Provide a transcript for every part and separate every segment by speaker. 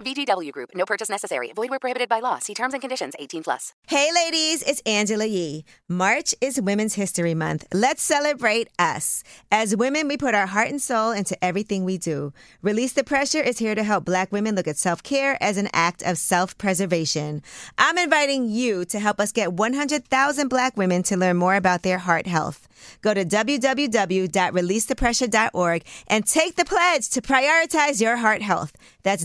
Speaker 1: VGW Group. No purchase necessary. Void where prohibited by law. See terms and conditions. 18 plus.
Speaker 2: Hey, ladies, it's Angela Yee. March is Women's History Month. Let's celebrate us. As women, we put our heart and soul into everything we do. Release the Pressure is here to help Black women look at self care as an act of self preservation. I'm inviting you to help us get 100,000 Black women to learn more about their heart health. Go to www.releasethepressure.org and take the pledge to prioritize your heart health. That's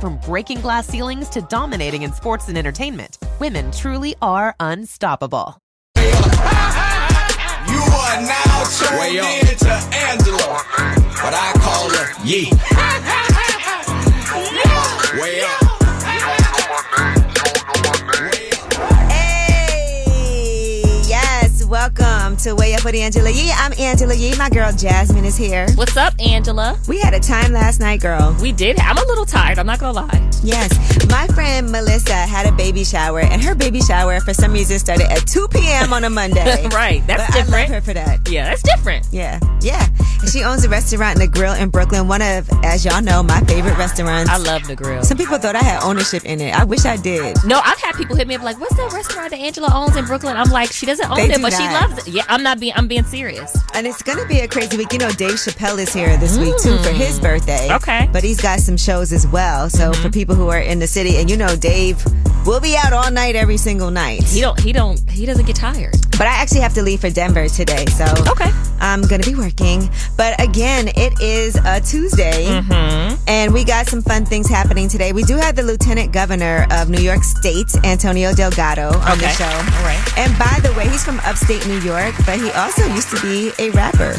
Speaker 3: From breaking glass ceilings to dominating in sports and entertainment, women truly are unstoppable.
Speaker 4: You are now tuned in to Angela, but I call her Yee. Way up.
Speaker 2: Hey, yes, welcome to Way Up with Angela Yee. I'm Angela Yee. My girl Jasmine is here.
Speaker 5: What's up, Angela?
Speaker 2: We had a time last night, girl.
Speaker 5: We did. I'm a little tired. I'm not gonna lie.
Speaker 2: Yes, my friend Melissa had a baby shower, and her baby shower for some reason started at 2 p.m. on a Monday.
Speaker 5: Right, that's
Speaker 2: But I
Speaker 5: different.
Speaker 2: love her for that.
Speaker 5: Yeah, that's different.
Speaker 2: Yeah, yeah. And she owns a restaurant and a grill in Brooklyn, one of, as y'all know, my favorite restaurants.
Speaker 5: I love the grill.
Speaker 2: Some people thought I had ownership in it. I wish I did.
Speaker 5: No, I've had people hit me up like, "What's that restaurant that Angela owns in Brooklyn?" I'm like, "She doesn't own
Speaker 2: They
Speaker 5: it,
Speaker 2: do
Speaker 5: but she
Speaker 2: not.
Speaker 5: loves it." Yeah, I'm not being. I'm being serious.
Speaker 2: And it's gonna be a crazy week. You know, Dave Chappelle is here this week too for his birthday.
Speaker 5: Mm. Okay. Mm-hmm.
Speaker 2: But he's got some shows as well. So for people who are in the city, and you know, Dave will be out all night every single night.
Speaker 5: He don't. He don't. He doesn't get tired.
Speaker 2: But I actually have to leave for Denver today, so
Speaker 5: Okay.
Speaker 2: I'm gonna be working. But again, it is a Tuesday,
Speaker 5: Mm-hmm.
Speaker 2: and we got some fun things happening today. We do have the Lieutenant Governor of New York State, Antonio Delgado, on the
Speaker 5: Okay.
Speaker 2: show.
Speaker 5: All right.
Speaker 2: And by the way, he's from upstate New York, but he also used to be a rapper.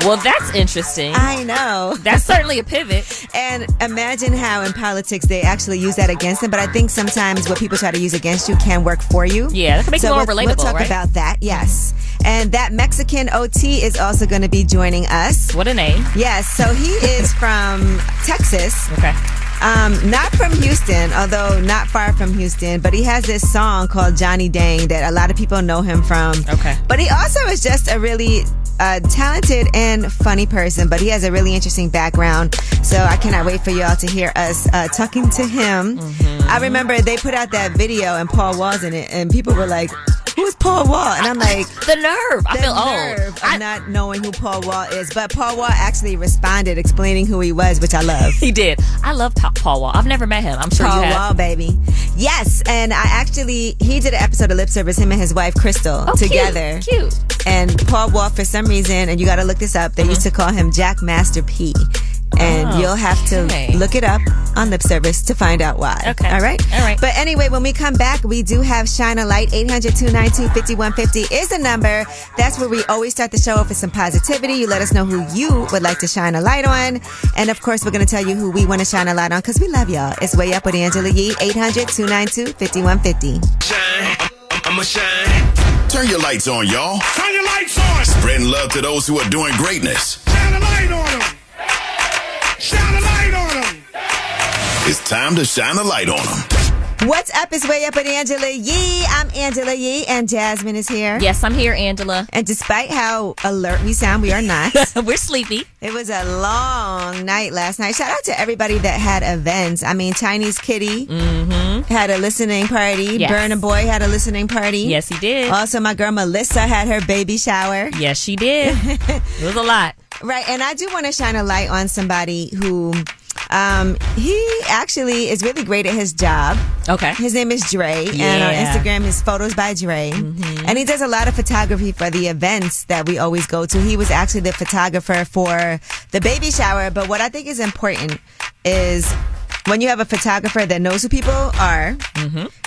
Speaker 5: Well, that's interesting.
Speaker 2: I know.
Speaker 5: that's certainly a pivot.
Speaker 2: And imagine how in politics they actually use that against them. But I think sometimes what people try to use against you can work for you.
Speaker 5: Yeah, that can make it
Speaker 2: so
Speaker 5: more
Speaker 2: we'll,
Speaker 5: relatable,
Speaker 2: We'll talk
Speaker 5: right?
Speaker 2: about that. Yes. And that Mexican OT is also going to be joining us.
Speaker 5: What a name.
Speaker 2: Yes. So he is from Texas.
Speaker 5: Okay.
Speaker 2: Um, not from Houston, although not far from Houston, but he has this song called Johnny Dang that a lot of people know him from.
Speaker 5: Okay.
Speaker 2: But he also is just a really uh, talented and funny person, but he has a really interesting background. So I cannot wait for y'all to hear us uh, talking to him.
Speaker 5: Mm-hmm.
Speaker 2: I remember they put out that video and Paul Wall's in it, and people were like, Who's Paul Wall? And I'm like,
Speaker 5: The nerve. I
Speaker 2: the
Speaker 5: feel
Speaker 2: nerve
Speaker 5: old.
Speaker 2: of
Speaker 5: I,
Speaker 2: not knowing who Paul Wall is. But Paul Wall actually responded explaining who he was, which I love.
Speaker 5: he did. I love Pa- Paul Wall. I've never met him. I'm sure
Speaker 2: Paul
Speaker 5: you have.
Speaker 2: Wall, baby. Yes, and I actually he did an episode of Lip Service, him and his wife Crystal
Speaker 5: Oh, cute,
Speaker 2: together.
Speaker 5: Cute. Uh-huh.
Speaker 2: And Paul Wall, for some reason, and you got to look this up. They used to call him Jack Master P. And
Speaker 5: Oh,
Speaker 2: you'll have to
Speaker 5: okay.
Speaker 2: look it up on lip service to find out why.
Speaker 5: Okay.
Speaker 2: All right?
Speaker 5: All right.
Speaker 2: But anyway, when we come back, we do have Shine a Light. 800 292 5150 is the number. That's where we always start the show off with some positivity. You let us know who you would like to shine a light on. And of course, we're going to tell you who we want to shine a light on because we love y'all. It's Way Up with Angela Yee. 800 292 5150.
Speaker 4: I'ma shine.
Speaker 6: Turn your lights on, y'all.
Speaker 4: Turn your lights on.
Speaker 6: Spreading love to those who are doing greatness.
Speaker 4: Shine a light on them. Shine a light on them.
Speaker 6: It's time to shine a light on them.
Speaker 2: What's up? It's Way Up with Angela Yee. I'm Angela Yee, and Jasmine is here.
Speaker 5: Yes, I'm here, Angela.
Speaker 2: And despite how alert we sound, we are not.
Speaker 5: We're sleepy.
Speaker 2: it was a long night last night. Shout out to everybody that had events. I mean, Chinese Kitty had a listening party.
Speaker 5: Mm-hmm. Yes.
Speaker 2: Burna Boy had a listening party.
Speaker 5: Yes, he did.
Speaker 2: Also, my girl Melissa had her baby shower.
Speaker 5: Yes, she did. it was a lot.
Speaker 2: Right. And I do want to shine a light on somebody who Um, he actually is really great at his job.
Speaker 7: Okay.
Speaker 2: His name is Dre, and on
Speaker 7: Yeah. Mm-hmm.
Speaker 2: Instagram, his photos by Dre. And he does a lot of photography for the events that we always go to. He was actually the photographer for the baby shower. But what I think is important is when you have a photographer that knows who people are,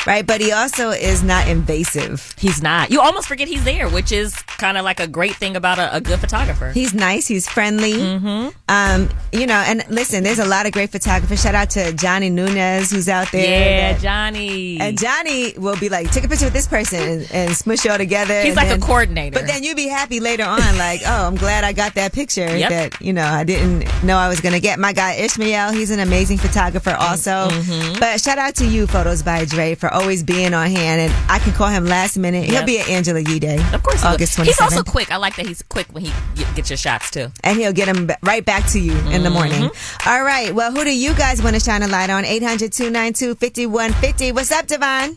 Speaker 2: right? But he also is not invasive.
Speaker 7: Mm-hmm. He's not. You almost forget he's there, which is kind of like a great thing about a, a good photographer.
Speaker 2: He's nice. He's friendly. Mm-hmm. Um, you know, and listen, there's a lot of great photographers. Shout out to Johnny Nunez, who's out there.
Speaker 7: yeah,
Speaker 2: that-
Speaker 7: Johnny.
Speaker 2: And Johnny will be like, take a picture with this person and, and smush you all together. and
Speaker 7: He's like a
Speaker 2: then-
Speaker 7: coordinator.
Speaker 2: But then you'll be happy later on, like, oh, I'm glad I got that picture
Speaker 7: Yep.
Speaker 2: that, you know, I didn't know I was going to get. My guy Ishmael, he's an amazing photographer
Speaker 7: Mm-hmm.
Speaker 2: also. But shout out to you, Photos by Dre, for always being on hand. And I can call him last minute. He'll
Speaker 7: Yep.
Speaker 2: be at Angela Yee Day.
Speaker 7: of course, he would.
Speaker 2: August 27th.
Speaker 7: he's also quick. I like that he's quick when he get- gets your shots too.
Speaker 2: and he'll get them right back to you in the morning. All right. Well, who do you guys want to shine a light on? 800 292 5150. What's up, Devon?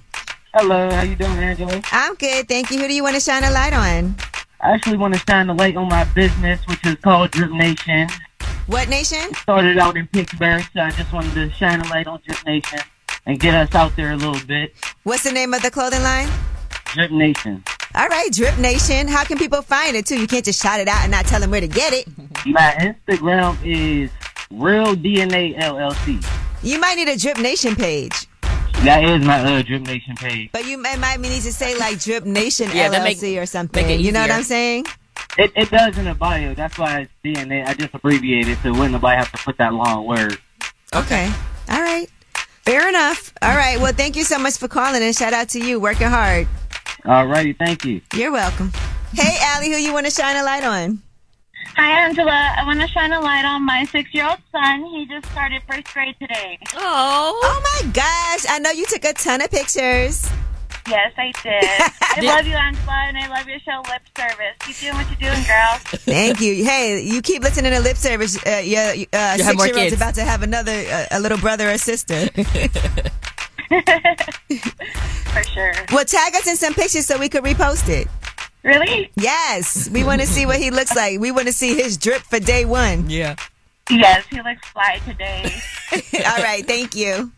Speaker 8: Hello, how you doing, Angela?
Speaker 2: I'm good. Thank you. Who do you want to shine a light on?
Speaker 8: I actually want to shine the light on my business, which is called Drip Nation.
Speaker 2: What nation?
Speaker 8: Started out in Pittsburgh, so I just wanted to shine a light on Drip Nation and get us out there a little bit.
Speaker 2: What's the name of the clothing line?
Speaker 8: Drip Nation.
Speaker 2: All right, Drip Nation. How can people find it too? You can't just shout it out and not tell them where to get it.
Speaker 8: My Instagram is Real DNA LLC.
Speaker 2: You might need a Drip Nation page,
Speaker 8: That is my uh, Drip Nation page.
Speaker 2: but you might, might need to say like Drip Nation
Speaker 7: Yeah, that
Speaker 2: LLC
Speaker 7: make-
Speaker 2: or something.
Speaker 7: make it
Speaker 2: you know what
Speaker 7: easier.
Speaker 2: I'm saying?
Speaker 8: It, it does in a bio. That's why it's DNA. I just abbreviated so wouldn't nobody have to put that long word.
Speaker 2: Okay. All right. Fair enough. All right. Well, thank you so much for calling and shout out to you working hard.
Speaker 8: Alrighty, thank you.
Speaker 2: You're welcome. Hey, Allie, who you want to shine a light on?
Speaker 8: Hi, Angela. I want to shine a light on my six-year-old son. He just started first grade today.
Speaker 7: Oh,
Speaker 2: Oh my gosh! I know you took a ton of pictures.
Speaker 8: Yes, I did. I love you, Angela, and I love your show, Lip Service. Keep doing what you're doing, girl.
Speaker 2: Thank you. Hey, you keep listening to lip service. Uh, your uh,
Speaker 7: You'll have more
Speaker 2: six-year-old's
Speaker 7: kids.
Speaker 2: about to have another uh, a little brother or sister.
Speaker 8: For sure.
Speaker 2: well, tag us in some pictures so we could repost it.
Speaker 8: Really?
Speaker 2: Yes, we want to see what he looks like. We want to see his drip for day one.
Speaker 7: yeah.
Speaker 8: Yes, he looks fly today.
Speaker 2: All right, thank you.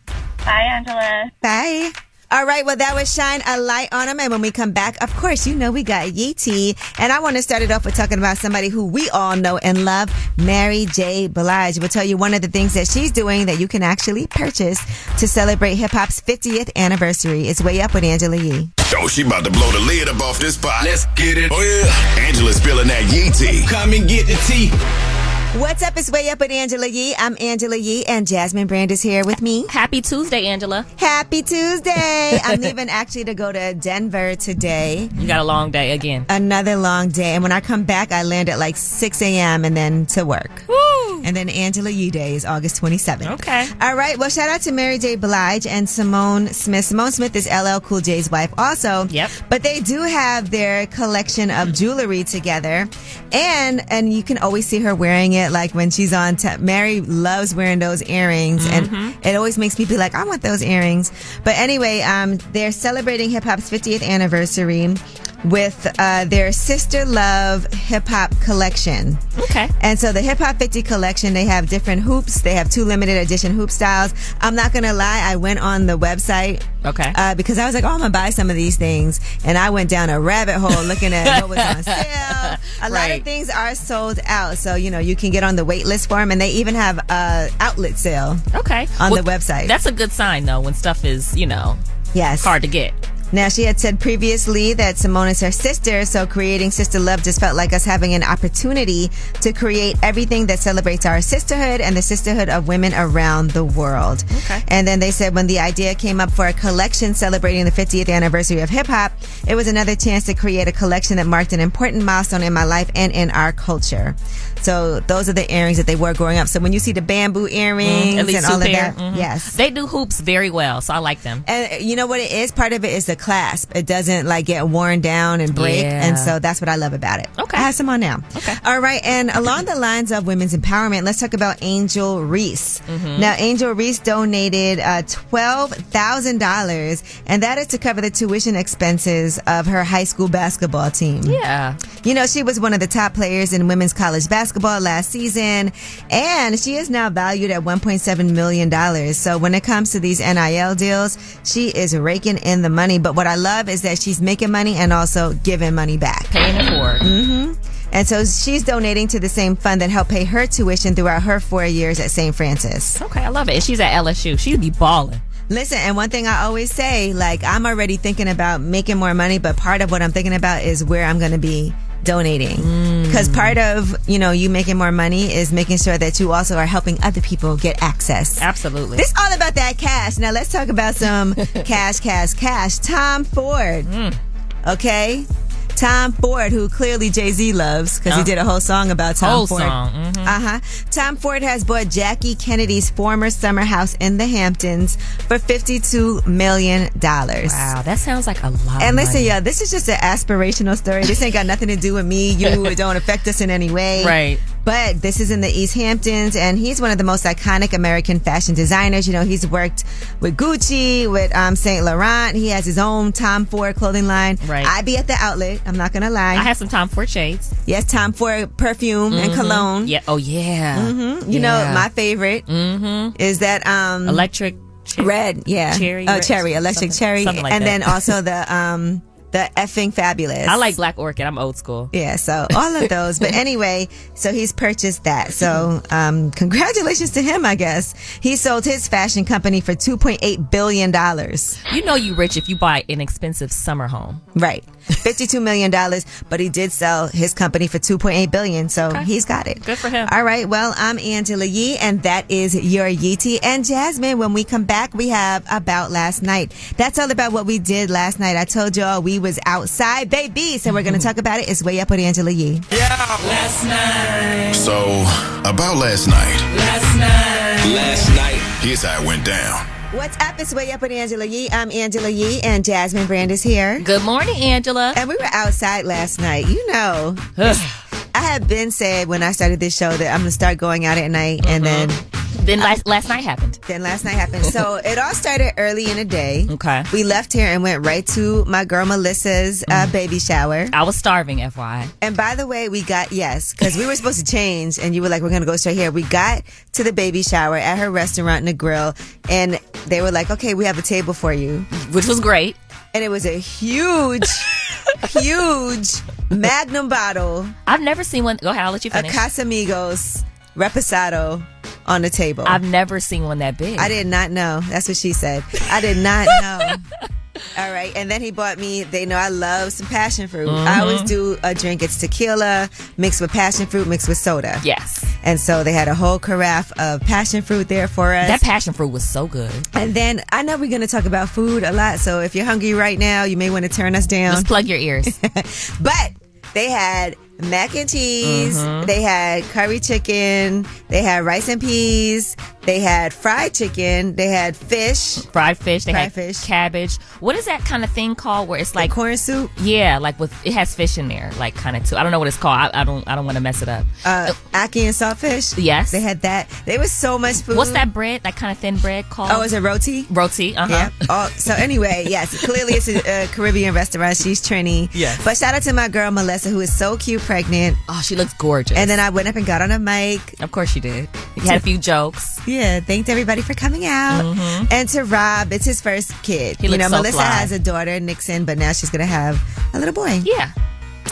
Speaker 8: Bye, Angela.
Speaker 2: Bye. All right, well, that was Shine a Light on Him. And when we come back, of course, you know we got Yee T. And I want to start it off with talking about somebody who we all know and love, Mary J. Blige. We'll tell you one of the things that she's doing that you can actually purchase to celebrate hip hop's 50th anniversary. It's Way Up with Angela Yee.
Speaker 6: Oh, she about to blow the lid up off this pot.
Speaker 4: Let's get it.
Speaker 6: Oh, yeah. Angela spilling that yee tea.
Speaker 4: Come and get the tea.
Speaker 2: What's up? It's Way Up with Angela Yee. I'm Angela Yee, and Jasmine Brand is here with me.
Speaker 7: Happy Tuesday, Angela.
Speaker 2: Happy Tuesday. I'm leaving actually to go to Denver today.
Speaker 7: You got a long day again.
Speaker 2: another long day. And when I come back, I land at like 6 a.m. and then to work.
Speaker 7: Woo.
Speaker 2: And then Angela Yee Day is August 27th.
Speaker 7: Okay.
Speaker 2: All right. Well, shout out to Mary J. Blige and Simone Smith. Simone Smith is LL Cool J's wife, also.
Speaker 7: Yep.
Speaker 2: But they do have their collection of jewelry together, and and you can always see her wearing it. Like when she's on, te- Mary loves wearing those earrings,
Speaker 7: Mm-hmm.
Speaker 2: and it always makes me be like, I want those earrings. But anyway, um, they're celebrating hip hop's 50th anniversary with uh, their Sister Love hip hop collection.
Speaker 7: Okay.
Speaker 2: And so the Hip Hop 50 collection, they have different hoops. They have two limited edition hoop styles. I'm not going to lie. I went on the website.
Speaker 7: Okay.
Speaker 2: Uh, because I was like, oh, I'm going to buy some of these things. And I went down a rabbit hole looking at what was on sale. A lot of
Speaker 7: Right.
Speaker 2: things are sold out. So, you know, you can get on the wait list for them. And they even have a outlet sale.
Speaker 7: Okay.
Speaker 2: On the website.
Speaker 7: That's a good sign though when stuff is, you know,
Speaker 2: Yes.
Speaker 7: hard to get.
Speaker 2: Now, she had said previously that Simone is her sister, so creating Sister Love just felt like us having an opportunity to create everything that celebrates our sisterhood and the sisterhood of women around the world.
Speaker 7: Okay.
Speaker 2: And then they said when the idea came up for a collection celebrating the 50th anniversary of hip hop, it was another chance to create a collection that marked an important milestone in my life and in our culture. So those are the earrings that they wore growing up. So when you see the bamboo earrings
Speaker 7: Mm-hmm. At least
Speaker 2: and all
Speaker 7: two
Speaker 2: of
Speaker 7: pair.
Speaker 2: that,
Speaker 7: Mhm.
Speaker 2: yes.
Speaker 7: They do hoops very well, so I like them.
Speaker 2: And you know what it is? Part of it is the clasp. It doesn't like get worn down and break.
Speaker 7: Yeah.
Speaker 2: And so that's what I love about it.
Speaker 7: Okay.
Speaker 2: I have some on now. Okay. All right. And along the lines of women's empowerment, let's talk about Angel Reese.
Speaker 7: Mm-hmm.
Speaker 2: Now, Angel Reese donated uh, $12,000 and that is to cover the tuition expenses of her high school basketball team.
Speaker 7: Yeah.
Speaker 2: You know, she was one of the top players in women's college basketball last season, and she is now valued at $1.7 million. So when it comes to these NIL deals, she is raking in the money. But what I love is that she's making money and also giving money back. Mm-hmm.
Speaker 7: Paying it forward.
Speaker 2: And so she's donating to the same fund that helped pay her tuition throughout her four years at St. Francis.
Speaker 7: Okay, I love it. And she's at LSU. She'd be balling.
Speaker 2: Listen, and one thing I always say, like, I'm already thinking about making more money, but part of what I'm thinking about is where I'm going to be donating. Because part of, you know, you making more money is making sure that you also are helping other people get access.
Speaker 7: Absolutely.
Speaker 2: This all about that cash. Now let's talk about some cash, cash, cash. Tom Ford.
Speaker 7: Mm.
Speaker 2: Okay? Tom Ford, who clearly Jay Z loves because he did a whole song about Tom
Speaker 7: Whole
Speaker 2: Ford.
Speaker 7: song. Mhm.
Speaker 2: Uh huh. Tom Ford has bought Jackie Kennedy's former summer house in the Hamptons for $52 million.
Speaker 7: Wow, that sounds like a lot.
Speaker 2: And
Speaker 7: of
Speaker 2: listen,
Speaker 7: money.
Speaker 2: y'all, this is just an aspirational story. This ain't got nothing to do with me, you. It don't affect us in any way.
Speaker 7: Right.
Speaker 2: But this is in the East Hamptons, and he's one of the most iconic American fashion designers. You know, he's worked with Gucci, with um, Saint Laurent. He has his own Tom Ford clothing line.
Speaker 7: Right.
Speaker 2: I be at the outlet. I'm not gonna lie.
Speaker 7: I had some Tom Ford shades.
Speaker 2: yes, Tom Ford perfume and cologne.
Speaker 7: Yeah. Oh yeah. Mm-hmm.
Speaker 2: You know, my favorite is that um,
Speaker 7: electric. shade.
Speaker 2: red, yeah,
Speaker 7: Cherry
Speaker 2: oh
Speaker 7: red,
Speaker 2: cherry, electric
Speaker 7: something-
Speaker 2: cherry,
Speaker 7: something like
Speaker 2: and
Speaker 7: that.
Speaker 2: then also the um, the effing fabulous.
Speaker 7: I like Black Orchid. I'm old school.
Speaker 2: Yeah, so all of those. but anyway, so he's purchased that. So um, congratulations to him, I guess. He sold his fashion company for $2.8 billion.
Speaker 7: You know you rich if you buy an expensive summer home.
Speaker 2: Right. $52 million, but he did sell his company for $2.8 billion. So he's got it.
Speaker 7: Good for him.
Speaker 2: All right. Well, I'm Angela Yee, and that is your Yeetie. And Jasmine, when we come back, we have About Last Night. That's all about what we did last night. I told y'all we was outside, baby. So we're going to talk about it. It's Way Up with Angela Yee.
Speaker 6: So, about last night,
Speaker 4: Last night,
Speaker 6: here's how it went down.
Speaker 2: What's up? It's way up with Angela Yee. I'm Angela Yee, and Jasmine Brand is here.
Speaker 7: Good morning, Angela.
Speaker 2: And we were outside last night. You know, I have been said when I started this show that I'm gonna start going out at night, and then
Speaker 7: then last, last night happened.
Speaker 2: then last night happened. So it all started early in the day.
Speaker 7: Okay.
Speaker 2: we left here and went right to my girl Melissa's uh, baby shower.
Speaker 7: Mm. I was starving, FYI.
Speaker 2: And by the way, we got yes because we were supposed to change, and you were like, "We're gonna go straight here." We got to the baby shower at her restaurant in the grill, and they were like, "Okay, we have a table for you."
Speaker 7: Which was great.
Speaker 2: and it was a huge, huge magnum bottle
Speaker 7: I've never seen one. Go ahead, I'll let you
Speaker 2: of
Speaker 7: finish.
Speaker 2: Casamigos Reposado on the table.
Speaker 7: I've never seen one that big.
Speaker 2: I did not know. That's what she said. I did not know. All right, and then he bought me. They know I love some passion fruit.
Speaker 7: Mm-hmm.
Speaker 2: I always do a drink. It's tequila mixed with passion fruit, mixed with soda.
Speaker 7: Yes.
Speaker 2: And so they had a whole carafe of passion fruit there for us.
Speaker 7: That passion fruit was so good.
Speaker 2: and then I know we're going to talk about food a lot. So if you're hungry right now, you may want to turn us down.
Speaker 7: Just plug your ears.
Speaker 2: But they had mac and cheese,
Speaker 7: Mm-hmm.
Speaker 2: they had curry chicken, they had rice and peas, they had fried chicken, they had fish,
Speaker 7: Fried fish. They
Speaker 2: Fried
Speaker 7: had
Speaker 2: fish.
Speaker 7: cabbage. What is that kind of thing called where it's like
Speaker 2: like corn soup.
Speaker 7: Yeah, like with it has fish in there, like kind of too. I don't know what it's called. I, I don't. I don't want to mess it up.
Speaker 2: Uh, ackee and saltfish.
Speaker 7: Yes.
Speaker 2: They had that. There was so much food.
Speaker 7: What's that bread? That kind of thin bread called?
Speaker 2: Oh, is it roti?
Speaker 7: roti? Uh huh.
Speaker 2: Yeah. Oh, so anyway, yes. Clearly, it's a, a Caribbean restaurant. She's Trini.
Speaker 7: Yes.
Speaker 2: But shout out to my girl Melissa, who is so cute, pregnant.
Speaker 7: Oh, she looks gorgeous.
Speaker 2: And then I went up and got on a mic.
Speaker 7: of course, she did. You had a few jokes.
Speaker 2: Yeah, thanks everybody for coming out. And to Rob, it's his first kid.
Speaker 7: He
Speaker 2: you
Speaker 7: looks
Speaker 2: know,
Speaker 7: so
Speaker 2: Melissa
Speaker 7: fly.
Speaker 2: has a daughter, Nixon, but now she's gonna have a little boy.
Speaker 7: Yeah.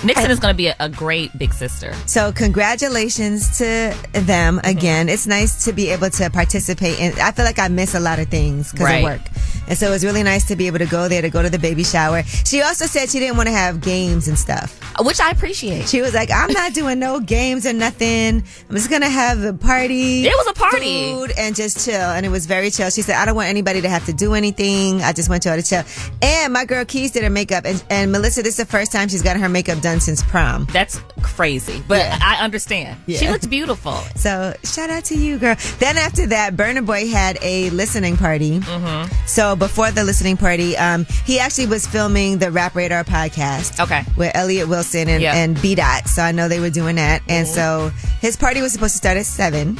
Speaker 7: Nixon is going to be a, a great big sister.
Speaker 2: So congratulations to them
Speaker 7: Mm-hmm.
Speaker 2: again. It's nice to be able to participate in I feel like I miss a lot of things because
Speaker 7: Right.
Speaker 2: of work. And so it was really nice to be able to go there to go to the baby shower. She also said she didn't want to have games and stuff.
Speaker 7: which I appreciate.
Speaker 2: She was like, I'm not doing no games or nothing. I'm just gonna have a party.
Speaker 7: It was a party.
Speaker 2: Food and just chill. And it was very chill. She said, I don't want anybody to have to do anything. I just want y'all to chill. And my girl Keys did her makeup and, and Melissa, this is the first time she's gotten her makeup done since prom.
Speaker 7: That's crazy, but I understand. She
Speaker 2: Yeah.
Speaker 7: looks beautiful. Mm.
Speaker 2: So shout out to you, girl. Then after that, Burner Boy had a listening party. Mm-hmm. So So before the listening party, um, he actually was filming the Rap Radar podcast.
Speaker 7: Okay.
Speaker 2: With Elliot Wilson and,
Speaker 7: Yeah. Mm-hmm.
Speaker 2: and B Dot. So I know they were doing that. And so his party was supposed to start at 7.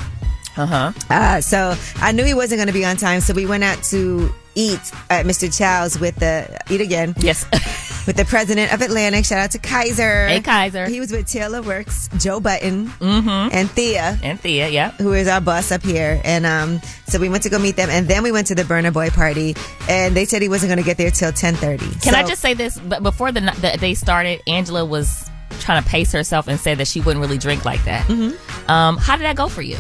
Speaker 7: Uh-huh.
Speaker 2: Uh, so I knew he wasn't going to be on time. So we went out to eat at Mr. Chow's with the, eat again,
Speaker 7: Yes.
Speaker 2: with the president of Atlantic. Shout out to Kaiser.
Speaker 7: Hey, Kaiser. Mm-hmm.
Speaker 2: He was with Taylor Works, Joe Button, and Thea
Speaker 7: and Thea, yeah.
Speaker 2: who is our boss up here. And um, so we went to go meet them, and then we went to the Burner Boy party, and they said he wasn't going to get there till ten thirty.
Speaker 7: Can I just say this? But before the, n- the they started, Angela was trying to pace herself and said that she wouldn't really drink like that. Mm-hmm. Um, how did that go for you?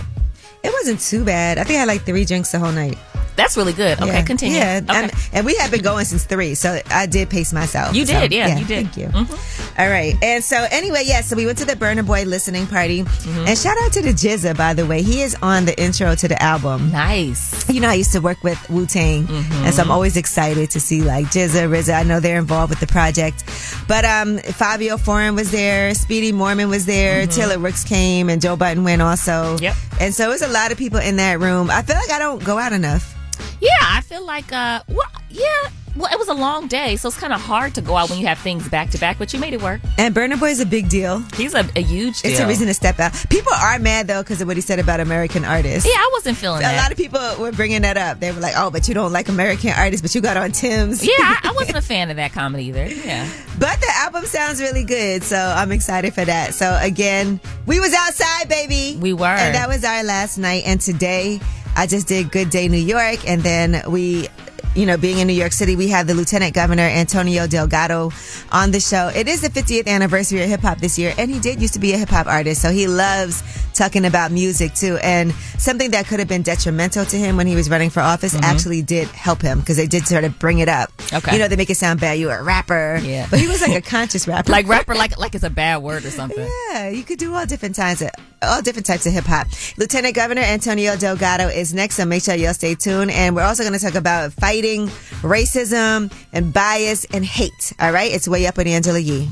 Speaker 2: It wasn't too bad. I think I had like three drinks the whole night.
Speaker 7: That's really good. Okay,
Speaker 2: yeah.
Speaker 7: continue.
Speaker 2: Yeah,
Speaker 7: Okay.
Speaker 2: I'm- and we had been going since three, so I did pace myself.
Speaker 7: You
Speaker 2: So,
Speaker 7: did, yeah, you did. Mm-hmm.
Speaker 2: Thank you. All right, and so anyway, yeah, so we went to the Burner Boy listening party,
Speaker 7: Mm-hmm.
Speaker 2: and shout out to the Jizza, by the way. He is on the intro to the album.
Speaker 7: nice.
Speaker 2: you know, I used to work with Wu Tang, and so I'm always excited to see like Jizza, RZA. I know they're involved with the project, but um, Fabio Foreign was there, Speedy Mormon was there, Taylor Rooks came, and Joe Button went also.
Speaker 7: Mm-hmm. Yep.
Speaker 2: And so it was a lot of people in that room. I feel like I don't go out enough.
Speaker 7: Yeah, I feel like uh, well, yeah. Well, it was a long day, so it's kind of hard to go out when you have things back to back. But you made it work.
Speaker 2: And Burner Boy is a big deal.
Speaker 7: He's a, a huge.
Speaker 2: It's a
Speaker 7: deal.
Speaker 2: reason to step out. People are mad though because of what he said about American artists.
Speaker 7: Yeah, I wasn't
Speaker 2: A
Speaker 7: feeling that.
Speaker 2: lot of people were bringing that up. They were like, "Oh, but you don't like American artists, but you got on Tim's."
Speaker 7: yeah, I, I wasn't a fan of that comment either. Yeah.
Speaker 2: But the album sounds really good, so I'm excited for that. So again, we was outside, baby.
Speaker 7: We were.
Speaker 2: And that was our last night. And today, I just did Good Day New York, and then we. You know, being in New York City, we have the Lieutenant Governor Antonio Delgado on the show. It is the 50th anniversary of hip hop this year, and he did used to be a hip hop artist, so he loves talking about music too. And something that could have been detrimental to him when he was running for office actually did help him because they did sort of bring it up.
Speaker 7: Mm-hmm. Okay.
Speaker 2: You know, they make it sound bad. You're a rapper.
Speaker 7: Yeah.
Speaker 2: But he was like a conscious rapper.
Speaker 7: Like rapper, like like it's a bad word or something.
Speaker 2: yeah, you could do all different kinds of all different types of hip hop. Lieutenant Governor Antonio Delgado is next, so make sure y'all stay tuned. And we're also going to talk about fighting racism and bias and hate. All right, it's way up with Angela Yee.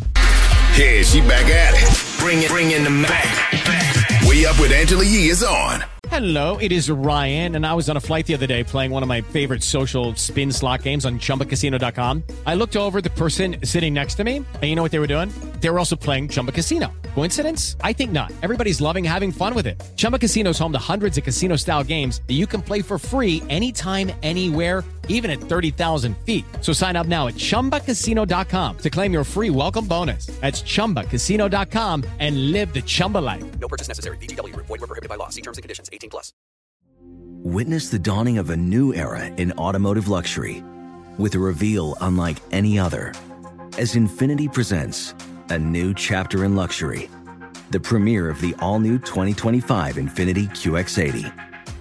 Speaker 6: Yeah, she back at it. Bring it, bring in the back. Way up with Angela Yee is on.
Speaker 9: Hello, it is Ryan, and I was on a flight the other day playing one of my favorite social spin slot games on chumbacasino.com. I looked over at the person sitting next to me, and you know what they were doing? They were also playing Chumba Casino. Coincidence? I think not. Everybody's loving having fun with it. Chumba Casino is home to hundreds of casino style games that you can play for free anytime, anywhere, even at 30,000 feet. So sign up now at chumbacasino.com to claim your free welcome bonus. That's chumbacasino.com and live the Chumba life.
Speaker 4: No purchase necessary. VGW Void were prohibited by law. See terms and conditions. 18 plus.
Speaker 10: Witness the dawning of a new era in automotive luxury with a reveal unlike any other as Infinity presents a new chapter in luxury, the premiere of the all new 2025 Infinity QX80.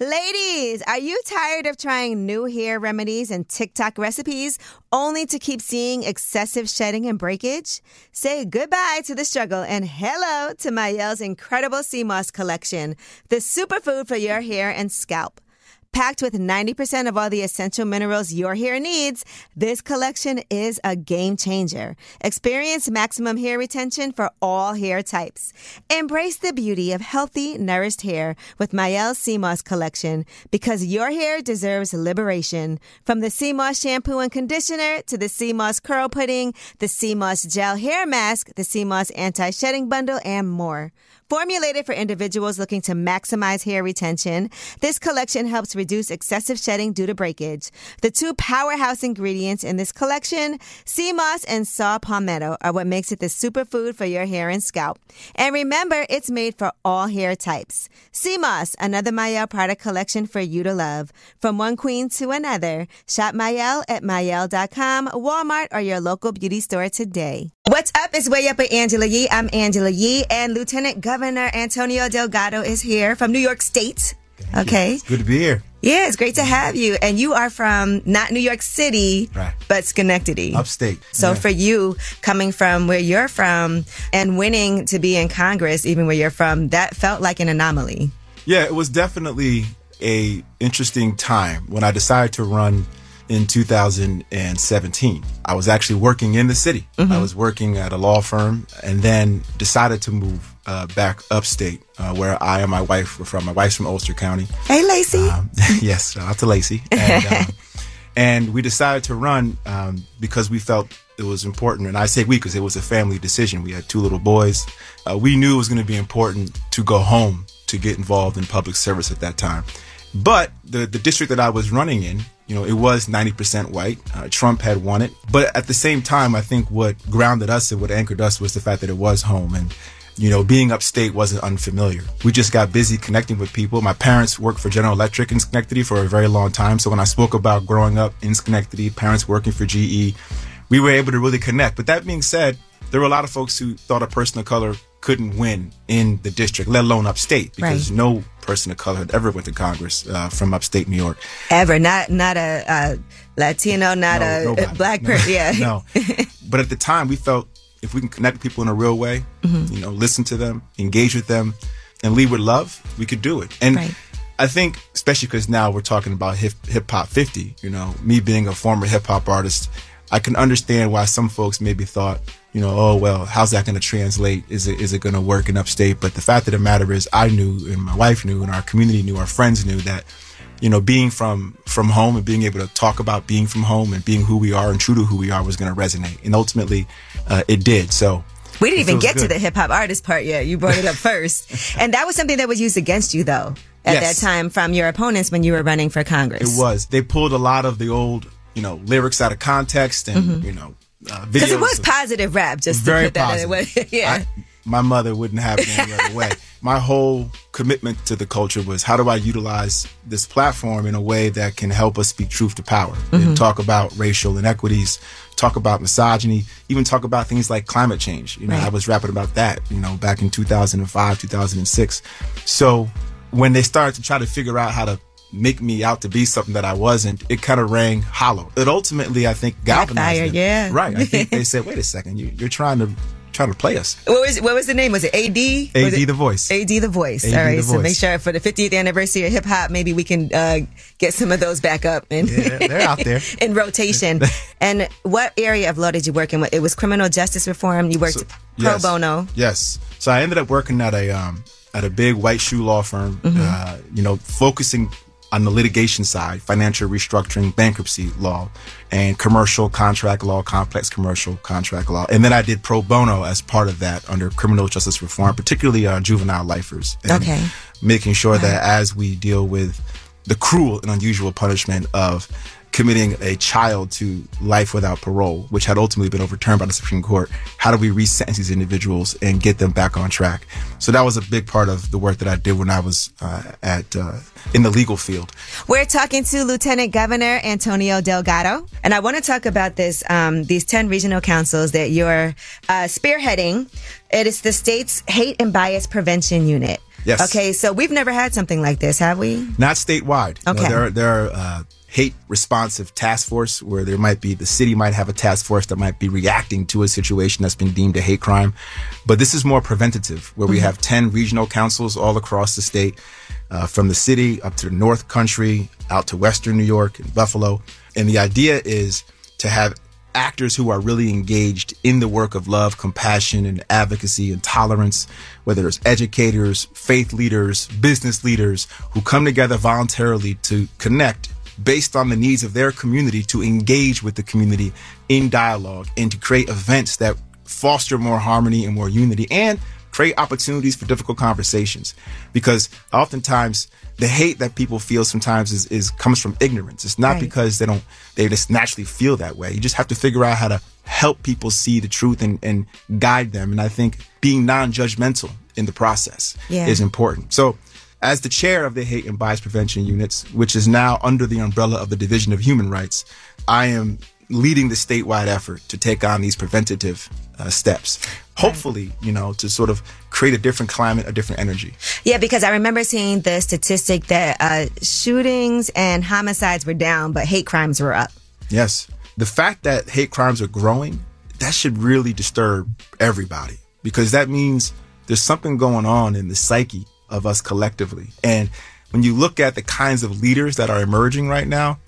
Speaker 2: Ladies, are you tired of trying new hair remedies and TikTok recipes only to keep seeing excessive shedding and breakage? Say goodbye to the struggle and hello to Mayelle's incredible sea moss collection, the superfood for your hair and scalp. Packed with 90% of all the essential minerals your hair needs, this collection is a game changer. Experience maximum hair retention for all hair types. Embrace the beauty of healthy, nourished hair with Mayel CMOS collection because your hair deserves liberation. From the CMOS shampoo and conditioner to the CMOS curl pudding, the CMOS gel hair mask, the CMOS anti-shedding bundle, and more. Formulated for individuals looking to maximize hair retention, this collection helps reduce excessive shedding due to breakage. The two powerhouse ingredients in this collection, sea moss and saw palmetto, are what makes it the superfood for your hair and scalp. And remember, it's made for all hair types. Sea moss, another Mayel product collection for you to love. From one queen to another, shop Mayel at Mayel.com, Walmart, or your local beauty store today. What's up? It's Way Up with Angela Yee. I'm Angela Yee, and Lieutenant Governor Antonio Delgado is here from New York State. Okay.
Speaker 11: Good to be here.
Speaker 2: Yeah, it's great to have you. And you are from not New York City,
Speaker 11: Right.
Speaker 2: but Schenectady.
Speaker 11: Upstate.
Speaker 2: So
Speaker 11: Yeah.
Speaker 2: for you, coming from where you're from and winning to be in Congress, even where you're from, that felt like an anomaly.
Speaker 11: Yeah, it was definitely a interesting time when I decided to run in 2017. I was actually working in the city.
Speaker 12: Mhm.
Speaker 11: I was working at a law firm and then decided to move uh, back upstate uh, where I and my wife were from. My wife's from Ulster County.
Speaker 2: Hey, Lacey.
Speaker 11: Um, yes, shout out to Lacey. And, um, and we decided to run um, because we felt it was important. And I say we because it was a family decision. We had two little boys. Uh, we knew it was going to be important to go home to get involved in public service at that time. But the, the district that I was running in, you know, it was 90% white. Uh, Trump had won it. But at the same time, I think what grounded us and what anchored us was the fact that it was home. And you know, being upstate wasn't unfamiliar. We just got busy connecting with people. My parents worked for General Electric in Schenectady for a very long time. So when I spoke about growing up in Schenectady, parents working for GE, we were able to really connect. But that being said, there were a lot of folks who thought a person of color couldn't win in the district, let alone upstate, because
Speaker 2: Right.
Speaker 11: no person of color had ever went to Congress uh, from upstate New York.
Speaker 2: Ever. Not not a, uh Latino, not
Speaker 11: No,
Speaker 2: a
Speaker 11: nobody.
Speaker 2: black
Speaker 11: No,
Speaker 2: person. Yeah.
Speaker 11: no. But at the time, we felt if we can connect with people in a real way,
Speaker 2: Mm-hmm.
Speaker 11: you know, listen to them, engage with them, and lead with love, we could do it. And
Speaker 13: Right.
Speaker 11: I think, especially because now we're talking about hip hop 50, you know, me being a former hip hop artist, I can understand why some folks maybe thought, you know, oh, well, how's that going to translate? Is it, is it going to work in upstate? But the fact of the matter is, I knew, and my wife knew, and our community knew, our friends knew that you know, being from from home and being able to talk about being from home and being who we are and true to who we are was going to resonate, and ultimately, uh, it did. So
Speaker 2: We didn't
Speaker 11: it
Speaker 2: even
Speaker 11: feels
Speaker 2: get to
Speaker 11: good.
Speaker 2: the hip hop artist part yet. You brought it up first. and that was something that was used against you though at
Speaker 11: Yes.
Speaker 2: that time from your opponents when you were running for Congress.
Speaker 11: It was. They pulled a lot of the old, you know, lyrics out of context and
Speaker 2: Mhm.
Speaker 11: you know, uh, videos.
Speaker 2: Because it was
Speaker 11: of-
Speaker 2: positive rap, just
Speaker 11: Very
Speaker 2: to put that in way. yeah.
Speaker 11: my mother wouldn't have it any other way. My whole commitment to the culture was how do I utilize this platform in a way that can help us speak truth to power
Speaker 13: Mhm.
Speaker 11: and talk about racial inequities, talk about misogyny, even talk about things like climate change. You know,
Speaker 13: Right.
Speaker 11: I was rapping about that, you know, back in 2005, 2006. So when they started to try to figure out how to make me out to be something that I wasn't, it kind of rang hollow. It ultimately, I think, galvanized
Speaker 2: Backfired,
Speaker 11: them.
Speaker 2: yeah.
Speaker 11: Right. I think they said, wait a second, you, you're trying to trying to play us.
Speaker 2: What was what was the name? Was it AD? Was
Speaker 11: AD
Speaker 2: it-
Speaker 11: The Voice.
Speaker 2: AD the Voice.
Speaker 11: AD
Speaker 2: All right.
Speaker 11: The
Speaker 2: So make
Speaker 11: Voice.
Speaker 2: sure for the 50th anniversary of hip hop, maybe we can uh, get some of those back up and
Speaker 11: they're out there.
Speaker 2: in rotation. and what area of law did you work in? What- It was criminal justice reform. You worked pro
Speaker 11: yes.
Speaker 2: bono.
Speaker 11: Yes. So I ended up working at a um, at a big white shoe law firm.
Speaker 2: Mhm.
Speaker 11: Uh, you know, focusing on the litigation side, financial restructuring, bankruptcy law, and commercial contract law, complex commercial contract law. And then I did pro bono as part of that under criminal justice reform, particularly uh, juvenile lifers. And
Speaker 13: Okay.
Speaker 11: Making sure that as we deal with the cruel and unusual punishment of committing a child to life without parole, which had ultimately been overturned by the Supreme Court. How do we resentence these individuals and get them back on track? So that was a big part of the work that I did when I was uh, at uh, in the legal field.
Speaker 2: We're talking to Lieutenant Governor Antonio Delgado, and I want to talk about this um, these ten regional councils that you're uh, spearheading. It is the state's hate and bias prevention unit.
Speaker 11: Yes.
Speaker 2: Okay, so we've never had something like this, have we?
Speaker 11: not statewide. No,
Speaker 2: Okay.
Speaker 11: there are, there are uh, hate responsive task force where there might be the city might have a task force that might be reacting to a situation that's been deemed a hate crime, but this is more preventative where we
Speaker 13: Mhm.
Speaker 11: have ten regional councils all across the state, uh, from the city up to the North Country, out to Western New York and Buffalo, and the idea is to have actors who are really engaged in the work of love, compassion, and advocacy and tolerance, whether it's educators, faith leaders, business leaders who come together voluntarily to connect based on the needs of their community to engage with the community in dialogue and to create events that foster more harmony and more unity and create opportunities for difficult conversations because oftentimes the hate that people feel sometimes is, is comes from ignorance. It's not
Speaker 12: Right.
Speaker 11: because they don't they just naturally feel that way. You just have to figure out how to help people see the truth and, and guide them. And I think being non-judgmental in the process
Speaker 12: Yeah.
Speaker 11: is important. So as the chair of the hate and bias prevention units, which is now under the umbrella of the Division of Human Rights, I am leading the statewide effort to take on these preventative uh, steps. Hopefully, you know, to sort of create a different climate, a different energy.
Speaker 2: Yeah, because I remember seeing the statistic that uh, shootings and homicides were down, but hate crimes were up.
Speaker 11: Yes. The fact that hate crimes are growing, that should really disturb everybody because that means there's something going on in the psyche of us collectively. And when you look at the kinds of leaders that are emerging right now,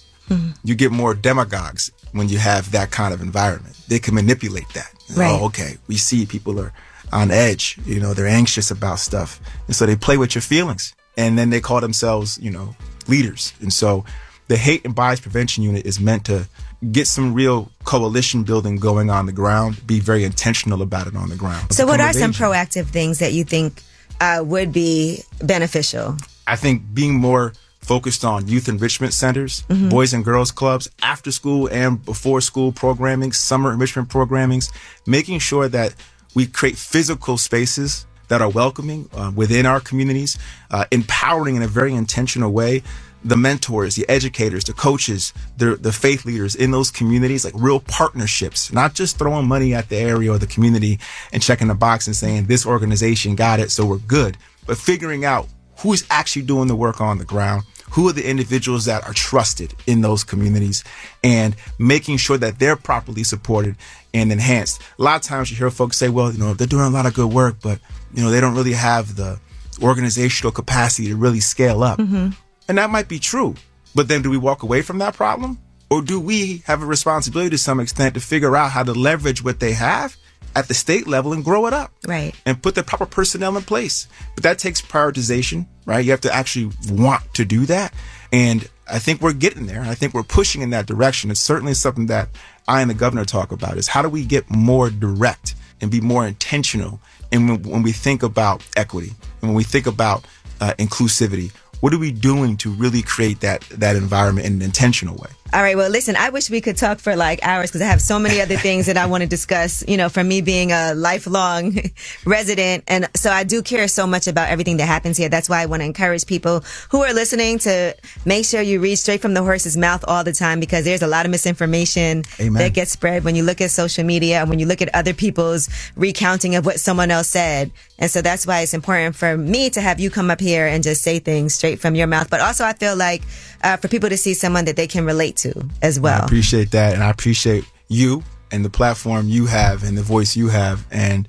Speaker 11: you get more demagogues when you have that kind of environment. They can manipulate that.
Speaker 12: Right.
Speaker 11: Oh, okay. We see people are on edge. You know, they're anxious about stuff. And so they play with your feelings. And then they call themselves, you know, leaders. And so the hate and bias prevention unit is meant to get some real coalition building going on the ground, be very intentional about it on the ground.
Speaker 2: So, what
Speaker 11: Become
Speaker 2: are some
Speaker 11: engaged.
Speaker 2: proactive things that you think uh, would be beneficial?
Speaker 11: I think being more focused on youth enrichment centers,
Speaker 2: Mhm.
Speaker 11: boys and girls clubs, after school and before school programming, summer enrichment programmings, making sure that we create physical spaces that are welcoming uh, within our communities, uh, empowering in a very intentional way the mentors, the educators, the coaches, the, the faith leaders in those communities, like real partnerships, not just throwing money at the area or the community and checking the box and saying this organization got it, so we're good, but figuring out who is actually doing the work on the ground, who are the individuals that are trusted in those communities, and making sure that they're properly supported and enhanced. A lot of times you hear folks say, well, you know, they're doing a lot of good work, but, you know, they don't really have the organizational capacity to really scale up. And that might be true. But then do we walk away from that problem? Or do we have a responsibility to some extent to figure out how to leverage what they have at the state level and grow it up?
Speaker 2: Right.
Speaker 11: and put the proper personnel in place. But that takes prioritization, right? You have to actually want to do that. And I think we're getting there. I think we're pushing in that direction. It's certainly something that I and the governor talk about is how do we get more direct and be more intentional? And when, when we think about equity and when we think about uh, inclusivity, what are we doing to really create that that environment in an intentional way?
Speaker 2: All right. Well, listen, I wish we could talk for like hours because I have so many other things that I want to discuss, you know, from me being a lifelong resident. And so I do care so much about everything that happens here. That's why I want to encourage people who are listening to make sure you read straight from the horse's mouth all the time because there's a lot of misinformation
Speaker 13: Amen.
Speaker 2: that gets spread when you look at social media and when you look at other people's recounting of what someone else said. And so that's why it's important for me to have you come up here and just say things straight from your mouth. But also, I feel like uh, for people to see someone that they can relate to as
Speaker 11: I
Speaker 2: well.
Speaker 11: appreciate that, and I appreciate you and the platform you have and the voice you have. And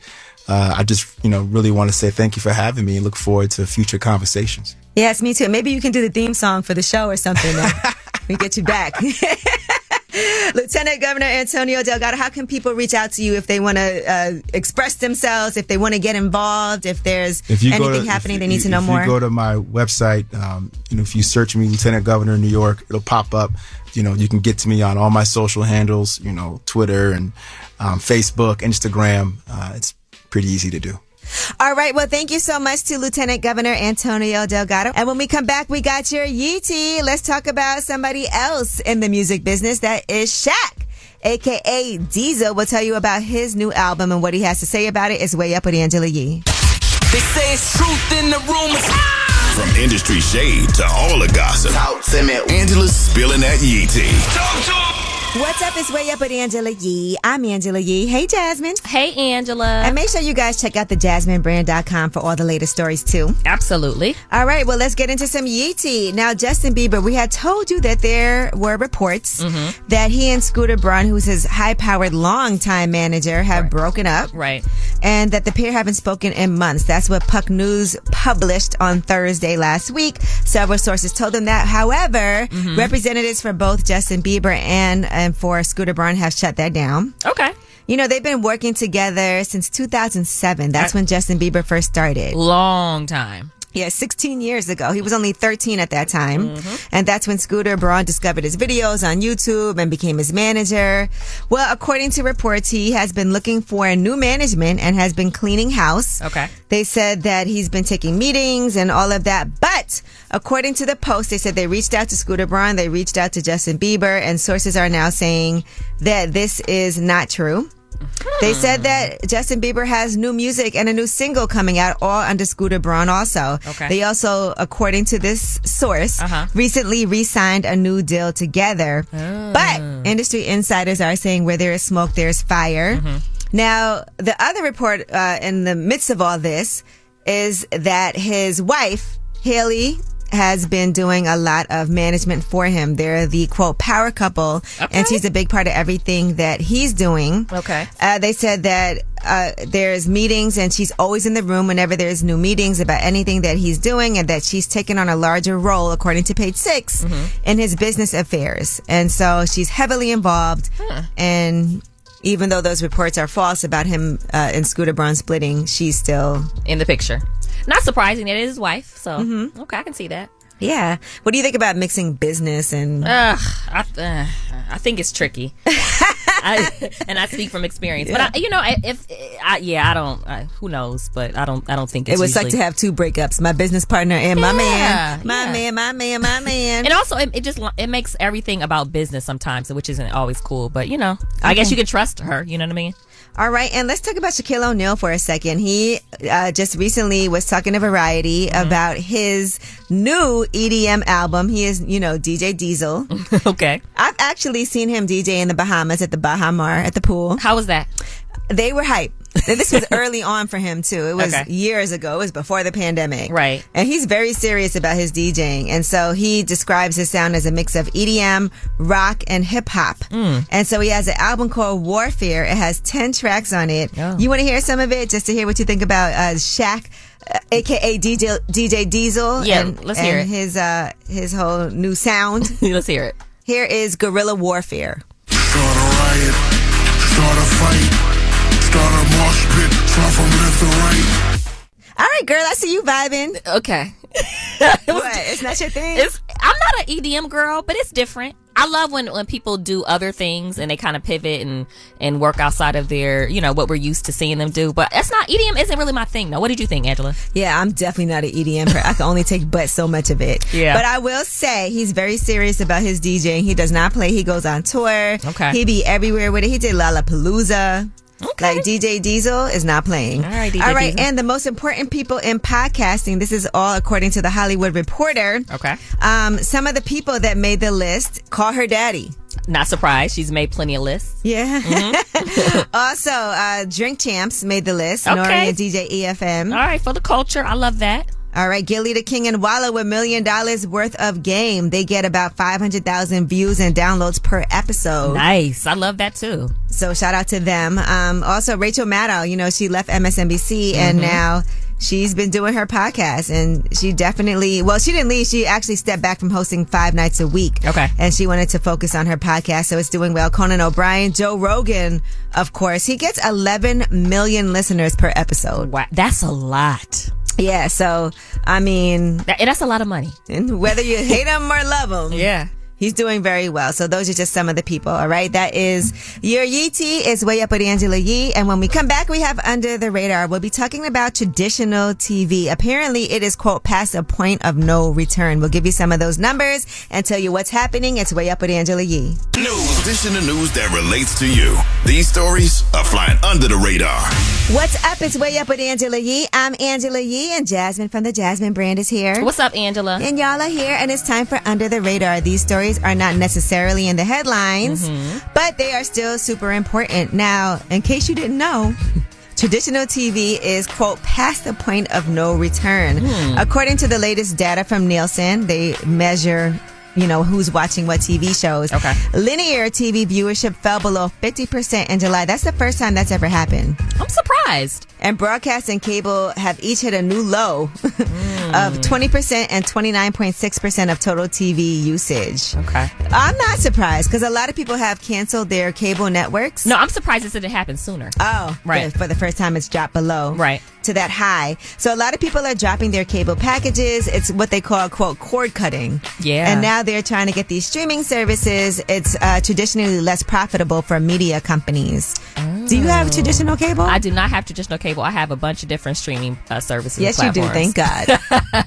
Speaker 11: uh, I just, you know, really want to say thank you for having me and look forward to future conversations.
Speaker 2: Yes, me too. Maybe you can do the theme song for the show or something. then we get you back. Lieutenant Governor Antonio Delgado, how can people reach out to you if they want to uh, express themselves, if they want to get involved, if there's anything happening
Speaker 11: if
Speaker 2: they need
Speaker 11: you-
Speaker 2: to know
Speaker 11: if
Speaker 2: more?
Speaker 11: You go to my website, um, you know, if you search me, Lieutenant Governor of New York, it'll pop up. You know, you can get to me on all my social handles, you know, Twitter and um, Facebook, Instagram. Uh, it's pretty easy to do.
Speaker 2: All right. Well, thank you so much to Lieutenant Governor Antonio Delgado. And when we come back, we got your Yeetie. Let's talk about somebody else in the music business. That is Shaq, aka Diesel. We'll tell you about his new album and what he has to say about it. It's way up with Angela Yee.
Speaker 4: They say it's truth in the rumors.
Speaker 6: From industry shade to all the gossip. Talk to me. Angela's spilling that yee tea.
Speaker 2: What's up? It's way up with Angela Yee. I'm Angela Yee. Hey, Jasmine. Hey, Angela. And make sure you guys check out the jasminebrand.com for all the latest stories, too.
Speaker 7: Absolutely.
Speaker 2: All right. Well, let's get into some Yeetie. Now, Justin Bieber, we had told you that there were reports
Speaker 7: Mm-hmm.
Speaker 2: that he and Scooter Braun, who's his high powered longtime manager, have broken up.
Speaker 7: Right.
Speaker 2: And that the pair haven't spoken in months. That's what Puck News published on Thursday last week. Several sources told them that.
Speaker 7: Mm-hmm.
Speaker 2: However,
Speaker 13: Mhm.
Speaker 2: representatives for both Justin Bieber and, and for Scooter Braun have shut that down.
Speaker 7: Okay.
Speaker 2: You know, they've been working together since 2007. That's when Justin Bieber first started.
Speaker 7: Long time.
Speaker 2: Yeah, 16 years ago. He was only 13 at that time. And that's when Scooter Braun discovered his videos on YouTube and became his manager. Well, according to reports, he has been looking for a new management and has been cleaning house.
Speaker 7: Okay.
Speaker 2: They said that he's been taking meetings and all of that. But according to the post, they said they reached out to Scooter Braun, they reached out to Justin Bieber, and sources are now saying that this is not true. They said that Justin Bieber has new music and a new single coming out, all under Scooter Braun. Also,
Speaker 12: Okay.
Speaker 2: they also, according to this source, recently re-signed a new deal together. But industry insiders are saying, "Where there is smoke, there is fire." Now, the other report uh, in the midst of all this is that his wife, Haley, has been doing a lot of management for him. They're the quote power couple, and she's a big part of everything that he's doing.
Speaker 7: Okay.
Speaker 2: Uh, they said that uh, there's meetings, and she's always in the room whenever there's new meetings about anything that he's doing, and that she's taken on a larger role, according to page 6 in his business affairs. And so she's heavily involved. And even though those reports are false about him uh, and Scooter Braun splitting, she's still
Speaker 7: in the picture. Not surprising that it is his wife. So
Speaker 2: Mm-hmm.
Speaker 7: okay, I can see that.
Speaker 2: Yeah. What do you think about mixing business and?
Speaker 7: Ugh, I, uh, I think it's tricky. I, and I speak from experience,
Speaker 2: Yeah.
Speaker 7: but I, you know, I- if I, yeah, I don't. I, who knows? But I don't. I don't think
Speaker 2: it
Speaker 7: it's
Speaker 2: was like to
Speaker 7: usually-
Speaker 2: have two breakups: my business partner and my man. My
Speaker 7: yeah.
Speaker 2: man, my man, my man.
Speaker 7: And also, it, it just it makes everything about business sometimes, which isn't always cool. But you know, I guess
Speaker 2: Okay.
Speaker 7: you could trust her. You know what I mean?
Speaker 2: All right, and let's talk about Shaquille O'Neal for a second. He uh, just recently was talking to Variety
Speaker 7: Mm-hmm.
Speaker 2: about his new EDM album. He is, you know, DJ Diesel.
Speaker 7: okay.
Speaker 2: I've actually seen him DJ in the Bahamas at the Bahamar at the pool.
Speaker 7: How was that?
Speaker 2: They were hype. This was early on for him too. It was
Speaker 7: Okay.
Speaker 2: years ago. It was before the pandemic.
Speaker 7: Right.
Speaker 2: And he's very serious about his DJing. And so he describes his sound as a mix of EDM, rock, and hip hop.
Speaker 7: Mm.
Speaker 2: And so he has an album called Warfare. It has 10 tracks on it.
Speaker 7: Oh.
Speaker 2: You want to hear some of it just to hear what you think about uh, Shaq, uh, aka DJ, DJ Diesel.
Speaker 7: Yeah,
Speaker 2: and,
Speaker 7: let's hear
Speaker 2: and
Speaker 7: it.
Speaker 2: His, uh, his whole new sound.
Speaker 7: Let's hear it.
Speaker 2: Here is Guerrilla Warfare.
Speaker 13: Start a fight. Start a mosh pit. Start from left to right.
Speaker 2: All right, girl, I see you vibing.
Speaker 7: Okay.
Speaker 2: what? It's not your thing?
Speaker 7: It's, I'm not an EDM girl, but it's different. I love when, when people do other things and they kind of pivot and, and work outside of their, you know, what we're used to seeing them do. But that's not, EDM isn't really my thing, though. What did you think, Angela?
Speaker 2: Yeah, I'm definitely not an E EDM person. I can only take but so much of it.
Speaker 7: Yeah.
Speaker 2: But I will say he's very serious about his DJing. He does not play. He goes on tour.
Speaker 7: Okay.
Speaker 2: He be everywhere with it. He did Lollapalooza. Okay. Like DJ Diesel is not playing. All
Speaker 7: right, DJ
Speaker 2: All right,
Speaker 7: Diesel.
Speaker 2: and the most important people in podcasting. This is all according to the Hollywood Reporter.
Speaker 7: Okay.
Speaker 2: Um, some of the people that made the list call her daddy.
Speaker 7: Not surprised. She's made plenty of lists.
Speaker 2: Yeah. also, uh, Drink Champs made the list.
Speaker 7: Okay.
Speaker 2: Nori and DJ EFM. All
Speaker 7: right, for the culture, I love that.
Speaker 2: E All right, Gilly the King and Walla with million dollars worth of game. They get about five hundred thousand views and downloads per episode.
Speaker 7: Nice. I love that too.
Speaker 2: So shout out to them. Um, also, Rachel Maddow. You know, she left MSNBC and
Speaker 7: Mhm.
Speaker 2: now she's been doing her podcast. And she definitely, well, she didn't leave. She actually stepped back from hosting five nights a week.
Speaker 7: Okay.
Speaker 2: And she wanted to focus on her podcast, so it's doing well. Conan O'Brien, Joe Rogan, of course, he gets 11 million listeners per episode.
Speaker 7: Wow, that's a lot.
Speaker 2: Yeah, so I mean,
Speaker 7: that's a lot of money.
Speaker 2: And whether you hate him or love him,
Speaker 7: yeah,
Speaker 2: he's doing very well. So those are just some of the people. All right, that is your Yee Tea is way up with Angela Yee, and when we come back, we have under the radar. We'll be talking about traditional TV. Apparently, it is quote past a point of no return. We'll give you some of those numbers and tell you what's happening. It's way up with Angela Yee.
Speaker 6: News. This in the news that relates to you. These stories are flying under the radar.
Speaker 2: What's up? It's way up with Angela Yee. I'm Angela Yee, and Jasmine from the Jasmine brand is here.
Speaker 7: What's up, Angela?
Speaker 2: And y'all are here, and it's time for Under the Radar. These stories are not necessarily in the headlines,
Speaker 7: Mm-hmm.
Speaker 2: but they are still super important. Now, in case you didn't know, Traditional TV is, quote, past the point of no return.
Speaker 12: Hmm.
Speaker 2: According to the latest data from Nielsen, they measure, you know, who's watching what TV shows. Okay. Linear TV viewership fell below 50% in July. That's the first time that's ever happened.
Speaker 7: I'm surprised.
Speaker 2: And broadcast and cable have each hit a new low
Speaker 7: Mm.
Speaker 2: of 20% and 29.6% of total TV usage.
Speaker 7: Okay.
Speaker 2: I'm not surprised because a lot of people have canceled their cable networks.
Speaker 7: No, I'm surprised this didn't happen sooner.
Speaker 2: Oh,
Speaker 7: Right.
Speaker 2: For the first time, it's dropped below. Right. To that high. So a lot of people are dropping their cable packages. It's what they call, quote, cord cutting.
Speaker 7: Yeah.
Speaker 2: And now they're trying to get these streaming services. It's uh, traditionally less profitable for media companies. Do you
Speaker 7: Oh.
Speaker 2: have traditional cable?
Speaker 7: I do not have traditional cable. I have a bunch of different streaming uh, services.
Speaker 2: Yes, you
Speaker 7: and
Speaker 2: do.
Speaker 7: platforms.
Speaker 2: Thank God.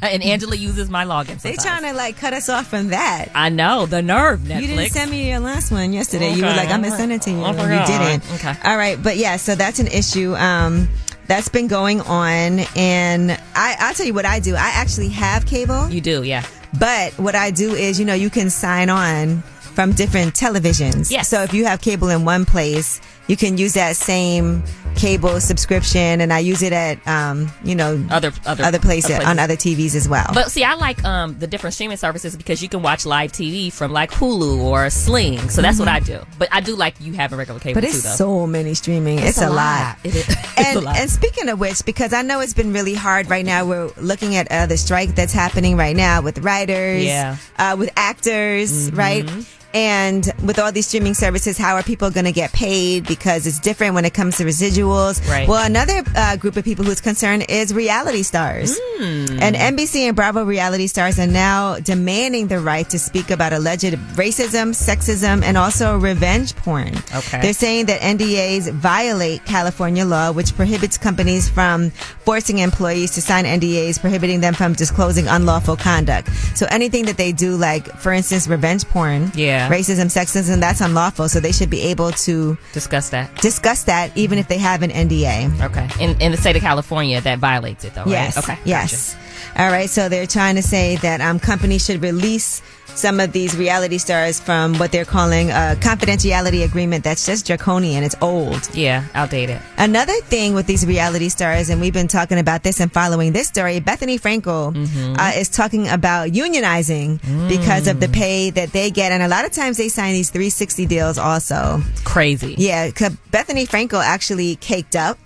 Speaker 7: and Angela uses my login.
Speaker 2: They
Speaker 7: sometimes.
Speaker 2: trying to like cut us off from that.
Speaker 7: I know the nerve. Netflix.
Speaker 2: You didn't send me your last one yesterday. You were
Speaker 7: Okay.
Speaker 2: like, I'm gonna send it to you.
Speaker 7: Oh,
Speaker 2: and you
Speaker 7: God.
Speaker 2: didn't.
Speaker 7: Okay.
Speaker 2: All right, but yeah, so that's an issue. Um, that's been going on, and I, I'll tell you what I do. I actually have cable.
Speaker 7: You do, yeah.
Speaker 2: But what I do is, you know, you can sign on from different televisions. Yes. So if you have cable in one place, you can use that same cable subscription, and I use it at, um, you know,
Speaker 7: Other- other-
Speaker 2: places,
Speaker 7: other
Speaker 2: on
Speaker 7: places.
Speaker 2: other TVs as well.
Speaker 7: But see, I like um, the different streaming services because you can watch live TV from like Hulu or Sling. So that's what
Speaker 2: Mhm.
Speaker 7: I do. But I do like you having regular cable
Speaker 2: but
Speaker 7: too,
Speaker 2: it's
Speaker 7: though.
Speaker 2: so many streaming. It's, a, lot.
Speaker 7: It is.
Speaker 2: and, and speaking of which, because I know it's been really hard right now, we're looking at uh, the strike that's happening right now with writers,
Speaker 7: Yeah. Mm-hmm.
Speaker 2: uh, with actors, right? And with all these streaming services, how are people going to get paid? Because it's different when it comes to residuals.
Speaker 7: Right.
Speaker 2: Well, another uh, group of people who's concerned is reality stars.
Speaker 7: Mm.
Speaker 2: And NBC and Bravo reality stars are now demanding the right to speak about alleged racism, sexism, and also revenge porn.
Speaker 7: Okay.
Speaker 2: They're saying that NDAs violate California law, which prohibits companies from forcing employees to sign NDAs, prohibiting them from disclosing unlawful conduct. So anything that they do, like, for instance, revenge porn,
Speaker 7: Yeah.
Speaker 2: racism, sexism, that's unlawful. So they should be able to
Speaker 7: discuss that.
Speaker 2: Discuss that even if they have an NDA.
Speaker 7: Okay. In, in the state of California, that violates it, though. Right?
Speaker 2: Yes.
Speaker 7: Okay.
Speaker 2: Yes. All right. So they're trying to say that um, companies should release some of these reality stars from what they're calling a confidentiality agreement that's just draconian. It's old.
Speaker 7: Gotcha. Yeah. Outdated.
Speaker 2: Another thing with these reality stars, and we've been talking about this and following this story, Bethany Frankel
Speaker 7: Mm-hmm.
Speaker 2: uh, is talking about unionizing because of the
Speaker 7: Mm.
Speaker 2: pay that they get. And a lot of times they sign these 360 deals also.
Speaker 7: Crazy.
Speaker 2: Yeah, 'cause Bethany Frankel actually caked up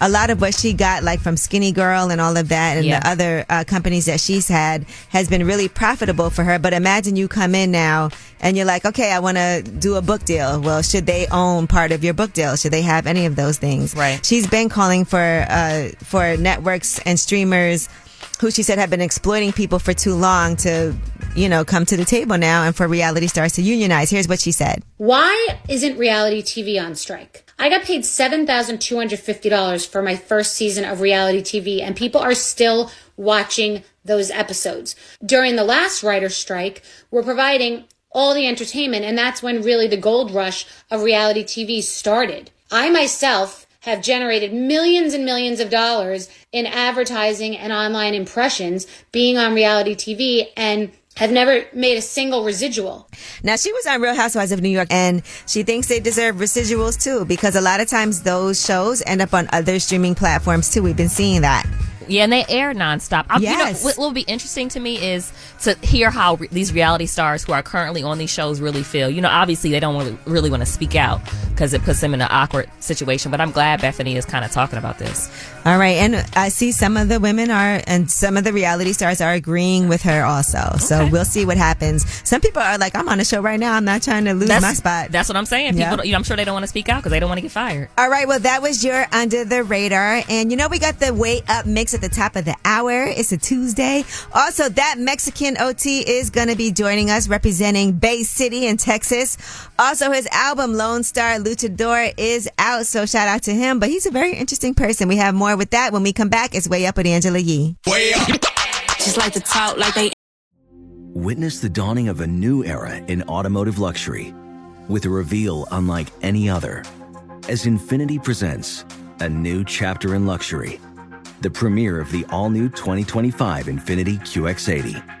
Speaker 2: a lot of what she got, like from Skinny Girl and all of that, and
Speaker 7: Yeah.
Speaker 2: the other uh, companies that she's had, has been really profitable for her. But imagine you come in now and you're like, okay, I want to do a book deal. Well, should they own part of your book deal? Should they have any of those things? Right. She's been calling for uh, for networks and streamers who she said have been exploiting people for too long to, you know, come to the table now and for reality stars to unionize. Here's what she said.
Speaker 12: Why isn't reality TV on strike? I got paid $7,250 for my first season of reality TV, and people are still watching those episodes. During the last writer's strike, we're providing all the entertainment, and that's when really the gold rush of reality TV started. I myself have generated millions and millions of dollars in advertising and online impressions being on reality TV and have never made a single residual.
Speaker 2: Now she was on Real Housewives of New York, and she thinks they deserve residuals too because a lot of times those shows end up on other streaming platforms too. We've been seeing that.
Speaker 7: Yeah, and they air nonstop. I,
Speaker 2: Yes.
Speaker 7: You know, what will be interesting to me is to hear how re- these reality stars who are currently on these shows really feel. You know, obviously they don't really, really want to speak out because it puts them in an awkward situation. But I'm glad Bethany is kind of talking about this.
Speaker 2: All right, and I see some of the women are, and some of the reality stars are agreeing with her also. So we'll see what happens. Some people are like, "I'm on a show right now. I'm not trying to lose my spot."
Speaker 7: That's what I'm saying.
Speaker 2: Yeah.
Speaker 7: People, don't- you know, I'm sure they don't want to speak out because they don't want to get fired.
Speaker 2: All right, well, that was your Under the Radar. And you know, we got the Way Up mix at the top of the hour. It's a Tuesday. Also, that Mexican OT is going to be joining us representing Bay City in Texas. Also, his album, Lone Star Luchador, is out. So shout out to him. But he's a very interesting person. We have more with that when we come back. It's Way Up with Angela Yee.
Speaker 4: Way up.
Speaker 14: Just like to talk like they
Speaker 10: Witness the dawning of a new era in automotive luxury with a reveal unlike any other as Infinity presents a new chapter in luxury, the premiere of the all new 2025 Infinity QX80.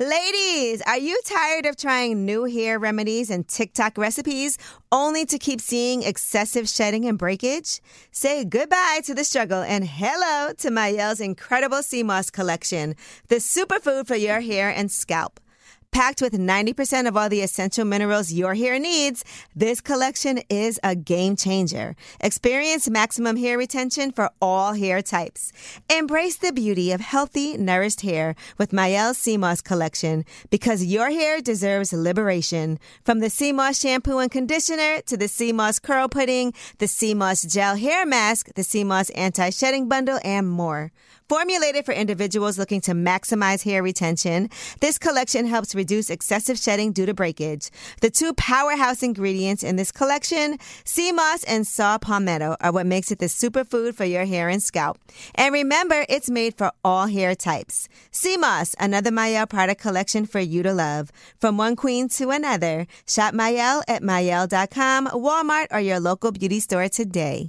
Speaker 2: Ladies, are you tired of trying new hair remedies and TikTok recipes only to keep seeing excessive shedding and breakage? Say goodbye to the struggle and hello to Mayelle's incredible sea moss collection, the superfood for your hair and scalp. Packed with 90% of all the essential minerals your hair needs, this collection is a game changer. Experience maximum hair retention for all hair types. Embrace the beauty of healthy, nourished hair with Mayel CMOS collection because your hair deserves liberation. From the CMOS shampoo and conditioner to the CMOS curl pudding, the CMOS gel hair mask, the CMOS anti-shedding bundle, and more. Formulated for individuals looking to maximize hair retention, this collection helps reduce excessive shedding due to breakage. The two powerhouse ingredients in this collection, sea moss and saw palmetto, are what makes it the superfood for your hair and scalp. And remember, it's made for all hair types. Sea moss, another Mayel product collection for you to love. From one queen to another, shop Mayel at Mayel.com, Walmart, or your local beauty store today.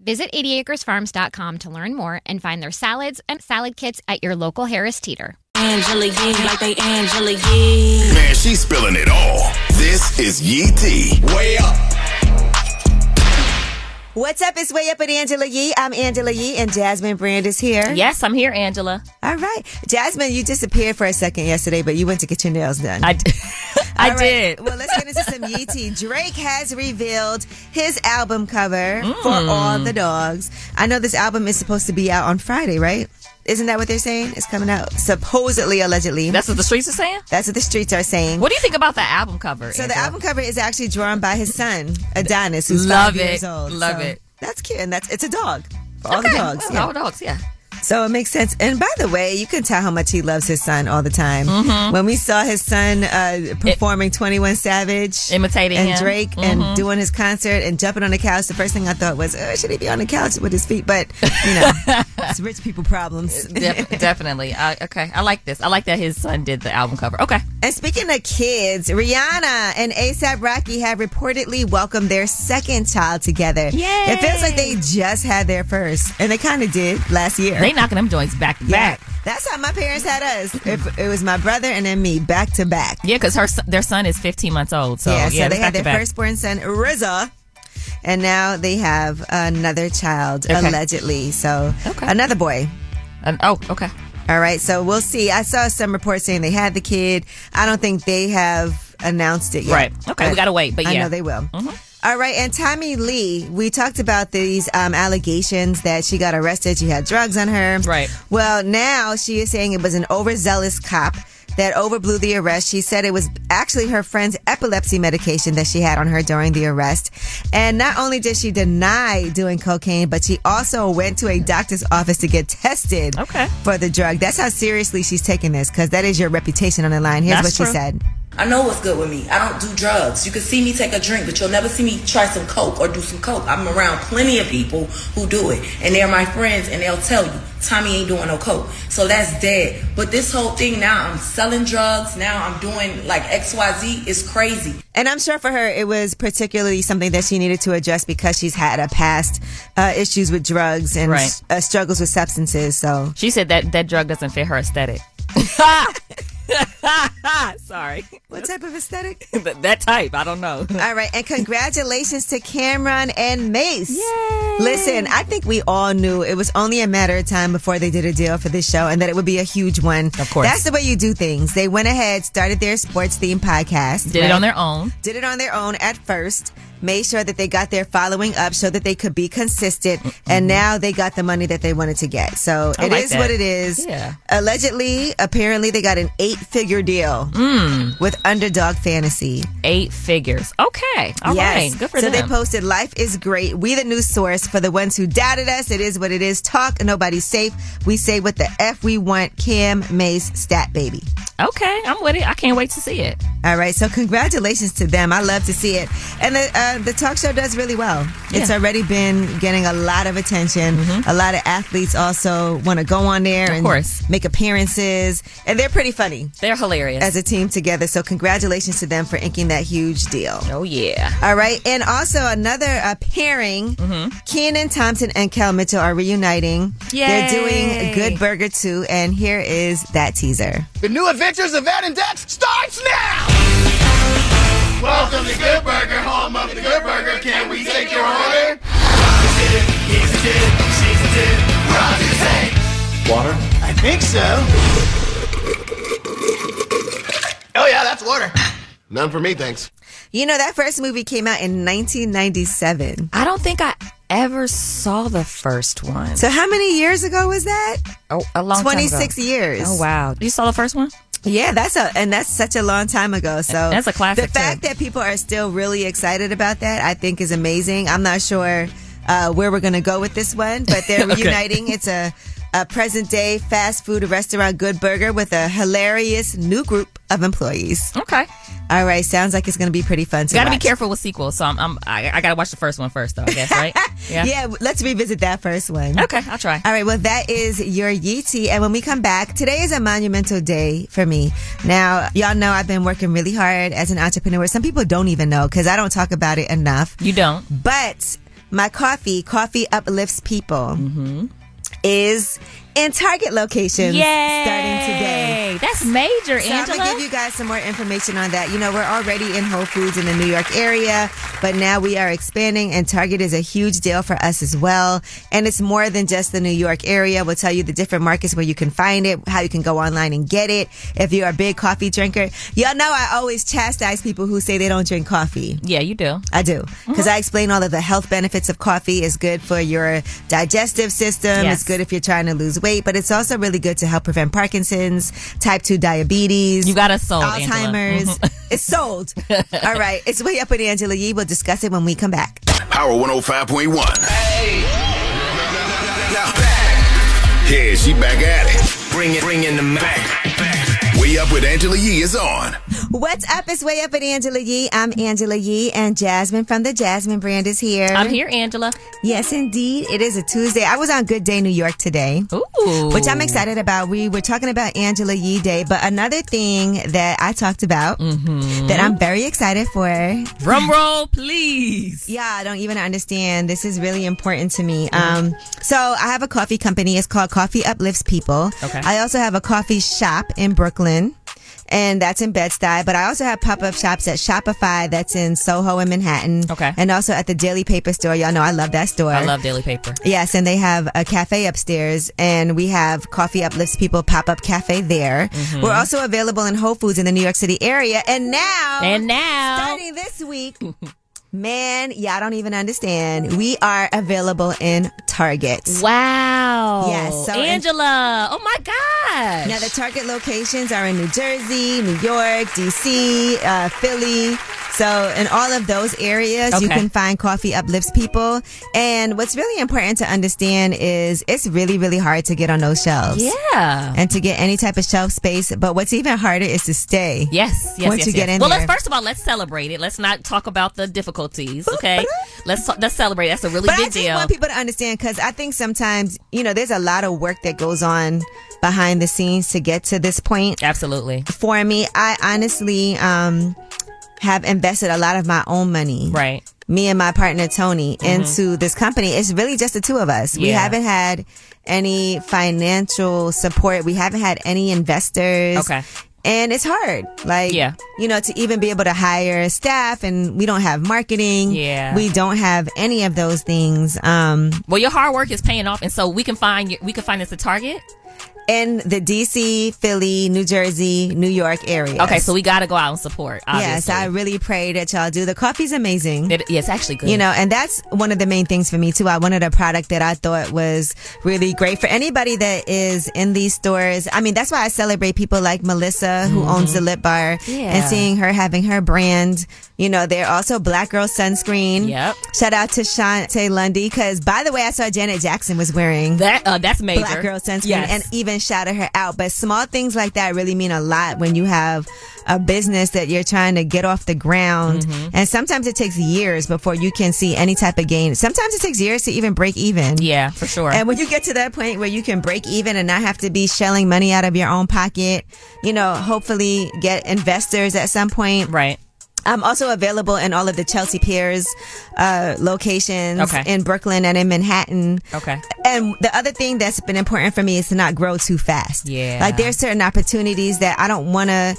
Speaker 15: Visit 80acresfarms.com to learn more and find their salads and salad kits at your local Harris Teeter.
Speaker 14: Angela Yee, like they Angela Yee.
Speaker 6: Man, she's spilling it all. This is Yee T. Way up.
Speaker 2: What's up? It's way up at Angela Yee. I'm Angela Yee, and Jasmine Brand is here.
Speaker 7: Yes, I'm here, Angela.
Speaker 2: All right, Jasmine, you disappeared for a second yesterday, but you went to get your nails done. I
Speaker 7: did. I did.
Speaker 2: Well, let's get into some Yee tea. Drake has revealed his album cover for
Speaker 7: Mm.
Speaker 2: All the Dogs. I know this album is supposed to be out on Friday, right? Isn't that what they're saying? It's coming out supposedly, allegedly.
Speaker 7: That's what the streets are saying.
Speaker 2: That's what the streets are saying.
Speaker 7: What do you think about the album cover?
Speaker 2: So the
Speaker 7: Angela?
Speaker 2: album cover is actually drawn by his son Adonis, who's
Speaker 7: Love
Speaker 2: five
Speaker 7: it.
Speaker 2: years old.
Speaker 7: Love
Speaker 2: So
Speaker 7: it.
Speaker 2: That's cute, and that's it's a dog. For all the
Speaker 7: Okay.
Speaker 2: dogs.
Speaker 7: All the dogs, yeah.
Speaker 2: So it makes sense. And by the way, you can tell how much he loves his son all the time.
Speaker 7: Mhm.
Speaker 2: When we saw his son uh, performing 21 Savage,
Speaker 7: imitating
Speaker 2: and
Speaker 7: him.
Speaker 2: Drake,
Speaker 7: Mhm.
Speaker 2: and doing his concert and jumping on the couch, the first thing I thought was, oh, should he be on the couch with his feet? But you know, it's rich people problems.
Speaker 7: Def- definitely. Uh, okay, I like this. I like that his son did the album cover. Okay.
Speaker 2: And speaking of kids, Rihanna and ASAP Rocky have reportedly welcomed their second child together. Yeah, It feels like they just had their first, and they kind of did last year.
Speaker 7: They knocking them joints back to
Speaker 2: Yeah.
Speaker 7: back.
Speaker 2: That's how my parents had us. If it was my brother and then me, back to back.
Speaker 7: Yeah, because her son- their son is 15 months old. So
Speaker 2: yeah,
Speaker 7: yeah,
Speaker 2: so
Speaker 7: it's
Speaker 2: they had
Speaker 7: back to
Speaker 2: their
Speaker 7: back.
Speaker 2: firstborn son, Rizza, and now they have another child,
Speaker 7: Okay.
Speaker 2: allegedly. So another boy.
Speaker 7: oh, okay.
Speaker 2: All right, so we'll see. I saw some reports saying they had the kid. I don't think they have announced it yet.
Speaker 7: Right. Okay, we gotta wait, but
Speaker 2: I
Speaker 7: yeah. Mm-hmm.
Speaker 2: know they will. All right, and Tommy Lee, we talked about these um, allegations that she got arrested. She had drugs on her. Right. Well, now she is saying it was an overzealous cop that overblew the arrest. She said it was actually her friend's epilepsy medication that she had on her during the arrest. And not only did she deny doing cocaine, but she also went to a doctor's office to get tested okay. for the drug. That's how seriously she's taking this because that is your reputation on the line. Here's what she said.
Speaker 16: I know what's good with me. I don't do drugs. You can see me take a drink, but you'll never see me try some coke or do some coke. I'm around plenty of people who do it, and they're my friends, and they'll tell you Tommy ain't doing no coke. So that's dead. But this whole thing now, I'm selling drugs. Now I'm doing like X Y Z is crazy.
Speaker 2: And I'm sure for her, it was particularly something that she needed to address because she's had a past uh, issues with drugs and
Speaker 7: Right.
Speaker 2: s- uh, struggles with substances. So
Speaker 7: She said that that drug doesn't fit her aesthetic. Sorry.
Speaker 2: What type of aesthetic?
Speaker 7: that, that type. I don't know.
Speaker 2: All right, and congratulations to Cameron and Mace. Listen, I think we all knew it was only a matter of time before they did a deal for this show and that it would be a huge one. Of
Speaker 7: course.
Speaker 2: That's the way you do things. They went ahead, started their sports themed podcast.
Speaker 7: Did it on their own.
Speaker 2: Did it on their own at first. made sure that they got their following up so that they could be consistent. And now they got the money that they wanted to get. So
Speaker 7: Mm-hmm. I
Speaker 2: it is
Speaker 7: like that.
Speaker 2: what it is.
Speaker 7: Yeah.
Speaker 2: Allegedly, apparently, they got an eight figure deal with Underdog Fantasy.
Speaker 7: Mm. Eight figures. Okay. All right. Good for
Speaker 2: so
Speaker 7: them.
Speaker 2: they posted Life is Great. We the news source for the ones who doubted us. It is what it is. Talk. Nobody's safe. We say what the F we want. Cam Mace Stat Baby.
Speaker 7: Okay. I'm with it. I can't wait to see it.
Speaker 2: All right, so congratulations to them. I love to see it, and the uh, the talk show does really well. It's
Speaker 7: Yeah. Mm-hmm.
Speaker 2: already been getting a lot of attention. A lot of athletes also want to go on there and
Speaker 7: course.
Speaker 2: make appearances, and they're pretty funny.
Speaker 7: They're hilarious.
Speaker 2: as a team together. So congratulations to them for inking that huge deal.
Speaker 7: Oh yeah. Mm-hmm.
Speaker 2: All right, and also another uh, pairing: Keenan Thompson and Kel Mitchell are reuniting. They're
Speaker 17: Yay.
Speaker 2: doing Good Burger Two, and here is that teaser.
Speaker 17: The new adventures of Ed and Dex starts now! Welcome to Good Burger, home of the Good Burger. Can we take your order?
Speaker 18: Water?
Speaker 17: I think so. Oh, yeah, that's water.
Speaker 18: None for me, thanks.
Speaker 2: You know that first movie came out in 1997.
Speaker 7: I don't think I ever saw the first one.
Speaker 2: So how many years ago was that?
Speaker 7: Oh, a long time ago.
Speaker 2: 26 years.
Speaker 7: Oh, wow. You saw the first one?
Speaker 2: Yeah, that's a and that's such a long time ago. So
Speaker 7: That's a classic,
Speaker 2: The fact that people are still really excited about that, I think, is amazing. I'm not sure uh, where we're gonna go with this one, but they're
Speaker 7: Okay.
Speaker 2: reuniting. It's a, a present day fast food restaurant, Good Burger, with a hilarious new group of employees.
Speaker 7: Okay.
Speaker 2: All right. Sounds like it's gonna be pretty fun. To
Speaker 7: Got to be
Speaker 2: watch.
Speaker 7: careful with sequels. So I'm, I'm I, I got to watch the first one first, though. I guess right.
Speaker 2: Yeah. let's revisit that first one. Okay,
Speaker 7: I'll try.
Speaker 2: All right, well, that is your Yeetie. And when we come back, today is a monumental day for me. Now, y'all know I've been working really hard as an entrepreneur. Some people don't even know because I don't talk about it enough.
Speaker 7: You don't.
Speaker 2: But my coffee, Coffee Uplifts People,
Speaker 7: Mm-hmm.
Speaker 2: is in Target locations starting today.
Speaker 7: That's major,
Speaker 2: so I'm
Speaker 7: Angela.
Speaker 2: gonna give you guys some more information on that. You know, we're already in Whole Foods in the New York area, but now we are expanding, and Target is a huge deal for us as well. And it's more than just the New York area. We'll tell you the different markets where you can find it, how you can go online and get it. If you're a big coffee drinker, y'all know I always chastise people who say they don't drink coffee.
Speaker 7: Yeah, you do. Mm-hmm.
Speaker 2: I do. Because I explain all of the health benefits of coffee. It's good for your digestive system.
Speaker 7: Yes.
Speaker 2: It's good if you're trying to lose weight, but it's also really good to help prevent Parkinson's, type 2 diabetes. You
Speaker 7: got us sold, Angela. Mm-hmm.
Speaker 2: Alzheimer's. It's sold. all right. It's way up with Angela Yee. We'll discuss it when we come back.
Speaker 6: Power 105.1. Yeah, she back at it. Bring it, bring in the back. Way Up with Angela Yee is on.
Speaker 2: What's up? It's way up with Angela Yee. I'm Angela Yee, and Jasmine from the Jasmine brand is here.
Speaker 7: I'm here, Angela.
Speaker 2: Yes, indeed. It is a Tuesday. I was on Good Day New York today,
Speaker 7: Ooh.
Speaker 2: which I'm excited about. We were talking about Angela Yee Day, but another thing that I talked about
Speaker 7: Mm-hmm.
Speaker 2: that I'm very excited for.
Speaker 7: Drum roll, please.
Speaker 2: Yeah, I don't even understand. This is really important to me. Um, so I have a coffee company. It's called Coffee Uplifts People.
Speaker 7: Okay.
Speaker 2: I also have a coffee shop in Brooklyn. And that's in Bed-Stuy, but I also have pop-up shops at Shopify that's in Soho and Manhattan. Okay. And also at the Daily Paper store. Y'all know I love that store.
Speaker 7: I love daily paper.
Speaker 2: Yes, and they have a cafe upstairs, and we have Coffee Uplifts People pop up cafe there.
Speaker 7: Mhm.
Speaker 2: We're also available in Whole Foods in the New York City area, and now,
Speaker 7: And now-
Speaker 2: starting this week, man, y'all don't even understand. We are available in Target.
Speaker 7: Wow.
Speaker 2: Yes, so
Speaker 7: Oh, Angela. oh my gosh.
Speaker 2: Now the Target locations are in New Jersey, New York, DC, uh, Philly. So in all of those areas, you
Speaker 7: Okay.
Speaker 2: can find coffee uplifts people. And what's really important to understand is it's really, really hard to get on those shelves.
Speaker 7: Yeah.
Speaker 2: And to get any type of shelf space. But what's even harder is to stay.
Speaker 7: Yes, yes,
Speaker 2: Once
Speaker 7: yes,
Speaker 2: you get
Speaker 7: yes.
Speaker 2: in
Speaker 7: well,
Speaker 2: there.
Speaker 7: let's first of all let's celebrate it. Let's not talk about the difficulties, okay? let's talk, let's celebrate. That's a really
Speaker 2: but I
Speaker 7: big
Speaker 2: just
Speaker 7: deal.
Speaker 2: want people to understand because I think sometimes you know there's a lot of work that goes on behind the scenes to get to this point.
Speaker 7: Absolutely.
Speaker 2: For me, I honestly um, have invested a lot of my own money.
Speaker 7: Right.
Speaker 2: Me and my partner Tony
Speaker 7: Mhm.
Speaker 2: into this company. It's really just the two of us. We
Speaker 7: Yeah.
Speaker 2: haven't had any financial support. We haven't had any investors.
Speaker 7: Okay.
Speaker 2: And it's hard. Like,
Speaker 7: Yeah.
Speaker 2: you know, to even be able to hire staff and we don't have marketing.
Speaker 7: Yeah.
Speaker 2: We don't have any of those things. Um,
Speaker 7: Well, your hard work is paying off, and so we can find we can find this at Target.
Speaker 2: in the DC, Philly, New Jersey, New York area.
Speaker 7: Okay, so we got to go out and support. Obviously.
Speaker 2: Yes, I really pray that y'all do. The coffee's amazing.
Speaker 7: It, yeah, it's actually good.
Speaker 2: You know, and that's one of the main things for me too. I wanted a product that I thought was really great for anybody that is in these stores. I mean, that's why I celebrate people like Melissa who owns the lip bar
Speaker 7: Mm-hmm. Yeah.
Speaker 2: and seeing her having her brand. You know, they're also Black Girl Sunscreen. Yep. Shout out to Shantae Lundy because by the way, I saw Janet Jackson was wearing
Speaker 7: that. Uh, that's major.
Speaker 2: Black Girl Sunscreen
Speaker 7: Yes.
Speaker 2: and even shouted her out. But small things like that really mean a lot when you have a business that you're trying to get off the ground.
Speaker 7: Mhm.
Speaker 2: And sometimes it takes years before you can see any type of gain. Sometimes it takes years to even break even.
Speaker 7: Yeah, for sure.
Speaker 2: And when you get to that point where you can break even and not have to be shelling money out of your own pocket, you know, hopefully get investors at some point.
Speaker 7: Right.
Speaker 2: I'm also available in all of the Chelsea Piers uh, locations
Speaker 7: Okay.
Speaker 2: in Brooklyn and in Manhattan.
Speaker 7: okay.
Speaker 2: And the other thing that's been important for me is to not grow too fast.
Speaker 7: Yeah.
Speaker 2: Like there's certain opportunities that I don't want to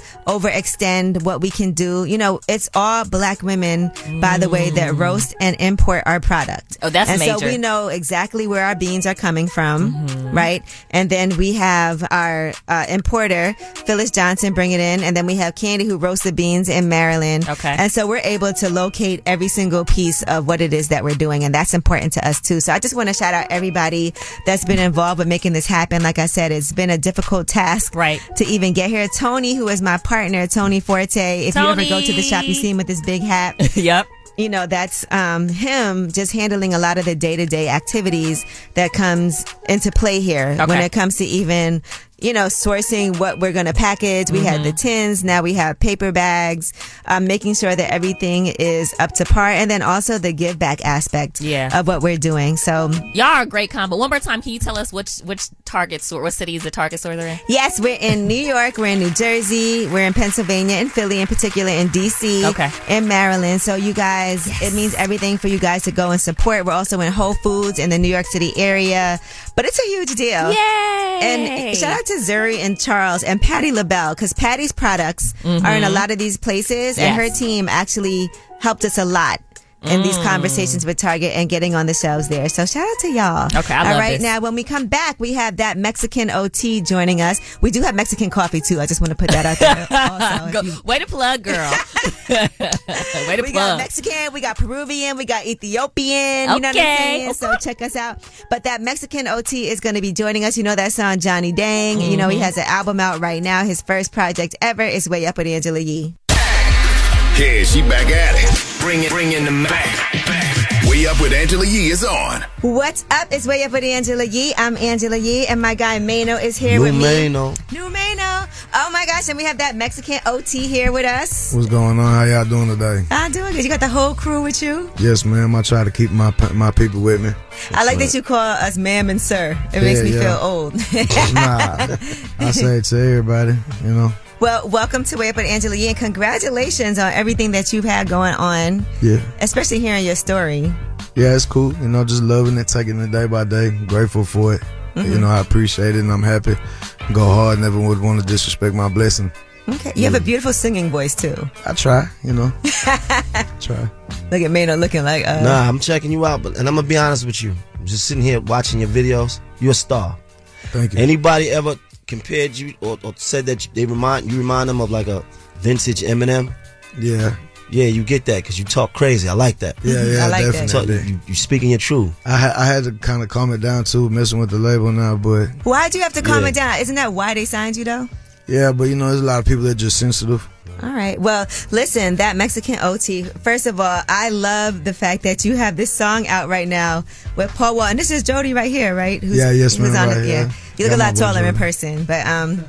Speaker 2: overextend what we can do. You know, it's all black women, by the way, that roast and import our product.
Speaker 7: Oh, that's
Speaker 2: and so
Speaker 7: major. Mm-hmm.
Speaker 2: we know exactly where our beans are coming from, right? And then we have our uh, importer, Phyllis Johnson, bring it in. And then we have Candy who roasts the beans in Maryland.
Speaker 7: Okay.
Speaker 2: And so we're able to locate every single piece of what it is that we're doing. And that's important to us too. So I just want to shout out everybody that's been involved with making this happen. Like I said, it's been a difficult task. Right. To even get here. Tony, who is my partner, Tony Forte. If you ever go to the shop, you
Speaker 7: Tony.
Speaker 2: see him with his big hat
Speaker 7: yep.
Speaker 2: you know that's um, him just handling a lot of the day-to-day activities that comes into play here when
Speaker 7: Okay.
Speaker 2: it comes to even you know sourcing what we're going to package we had the
Speaker 7: Mm-hmm.
Speaker 2: tins now we have paper bags um, making sure that everything is up to par and then also the give back aspect
Speaker 7: Yeah.
Speaker 2: of what we're doing so
Speaker 7: Y'all are a great combo. One more time, can you tell us which which Target store, what city is the Target store they're in?
Speaker 2: Yes, we're in New York, we're in New Jersey, we're in Pennsylvania, in Philly in particular, in DC,
Speaker 7: Okay.
Speaker 2: in Maryland. So you guys, it means everything for you guys to go and support. We're also in Whole Foods in the New York City area, but it's a huge deal.
Speaker 7: Yay!
Speaker 2: And shout out to Zuri and Charles and Patty LaBelle because Patty's products are in a
Speaker 7: Mhm.
Speaker 2: lot of these places, and her
Speaker 7: Yes.
Speaker 2: team actually helped us a lot. In these
Speaker 7: Mm.
Speaker 2: conversations with Target and getting on the shelves there. So shout out to y'all.
Speaker 7: Okay, I
Speaker 2: All
Speaker 7: love
Speaker 2: right,
Speaker 7: this.
Speaker 2: now when we come back, we have that Mexican OT joining us. We do have Mexican coffee too. I just want to put that out there.
Speaker 7: Go- way to plug, girl. way to
Speaker 2: we got
Speaker 7: plug.
Speaker 2: Mexican, we got Peruvian, we got Ethiopian. You know what I'm
Speaker 7: Okay.
Speaker 2: saying? So check us out. But that Mexican OT is going to be joining us. You know that song, Johnny Dang. You know he
Speaker 7: Mm-hmm.
Speaker 6: Mhm.
Speaker 2: has an album out right now. His first project ever is Way Up with Angela Yee.
Speaker 6: Here she back at it. Bring it, bring in the back. Way up with Angela Yee is on.
Speaker 2: What's up? It's Way Up with Angela Yee. I'm Angela Yee, and my guy Mano is here with me. New Mano. Oh my gosh, and we have that Mexican OT here with us.
Speaker 19: What's going on? How y'all doing today?
Speaker 2: I do it because you got the whole crew with you.
Speaker 19: Yes, ma'am. I try to keep my my people with me.
Speaker 2: I like that you call us ma'am and sir. It makes
Speaker 19: Yeah,
Speaker 2: me
Speaker 19: yeah.
Speaker 2: feel old.
Speaker 19: Nah, I say it to everybody. You know.
Speaker 2: well, welcome to Way Up with Angela Yee, and congratulations on everything that you've had going on,
Speaker 19: Yeah.
Speaker 2: especially hearing your story.
Speaker 19: Yeah, it's cool. You know, just loving it, taking it day by day. Grateful for it. You
Speaker 2: Mhm.
Speaker 19: know, I appreciate it, and I'm happy. Go hard. Never would want to disrespect my blessing.
Speaker 2: Okay, you have a beautiful singing voice too.
Speaker 19: I try. You know. try.
Speaker 2: Look at Maynard looking like uh,
Speaker 20: Nah, I'm checking you out, but and I'm gonna be honest with you. I'm just sitting here watching your videos. You're a star.
Speaker 19: Thank
Speaker 20: you. Anybody ever compared you or, or said that you, they remind you remind them of like a vintage Eminem?
Speaker 19: Yeah.
Speaker 20: Yeah, you get that because you talk crazy. I like that.
Speaker 19: Yeah, yeah, I like that.
Speaker 20: You talk-
Speaker 19: definitely.
Speaker 20: You, you speaking your truth.
Speaker 19: I ha- I had to kind of calm it down too, messing with the label now, but
Speaker 2: Why'd you have to calm
Speaker 19: Yeah.
Speaker 2: it down? Isn't that why they signed you though?
Speaker 19: yeah, but you know, there's a lot of people that just sensitive.
Speaker 2: All right. Well, listen, that Mexican OT. First of all, I love the fact that you have this song out right now with Paul Wall, and this is Jody right here, right?
Speaker 19: Yeah, yes,
Speaker 2: who's
Speaker 19: ma'am,
Speaker 2: on it,
Speaker 19: right here.
Speaker 2: yeah. You look
Speaker 19: Yeah,
Speaker 2: a
Speaker 19: my
Speaker 2: lot
Speaker 19: boy
Speaker 2: taller in
Speaker 19: Jody.
Speaker 2: person, but um,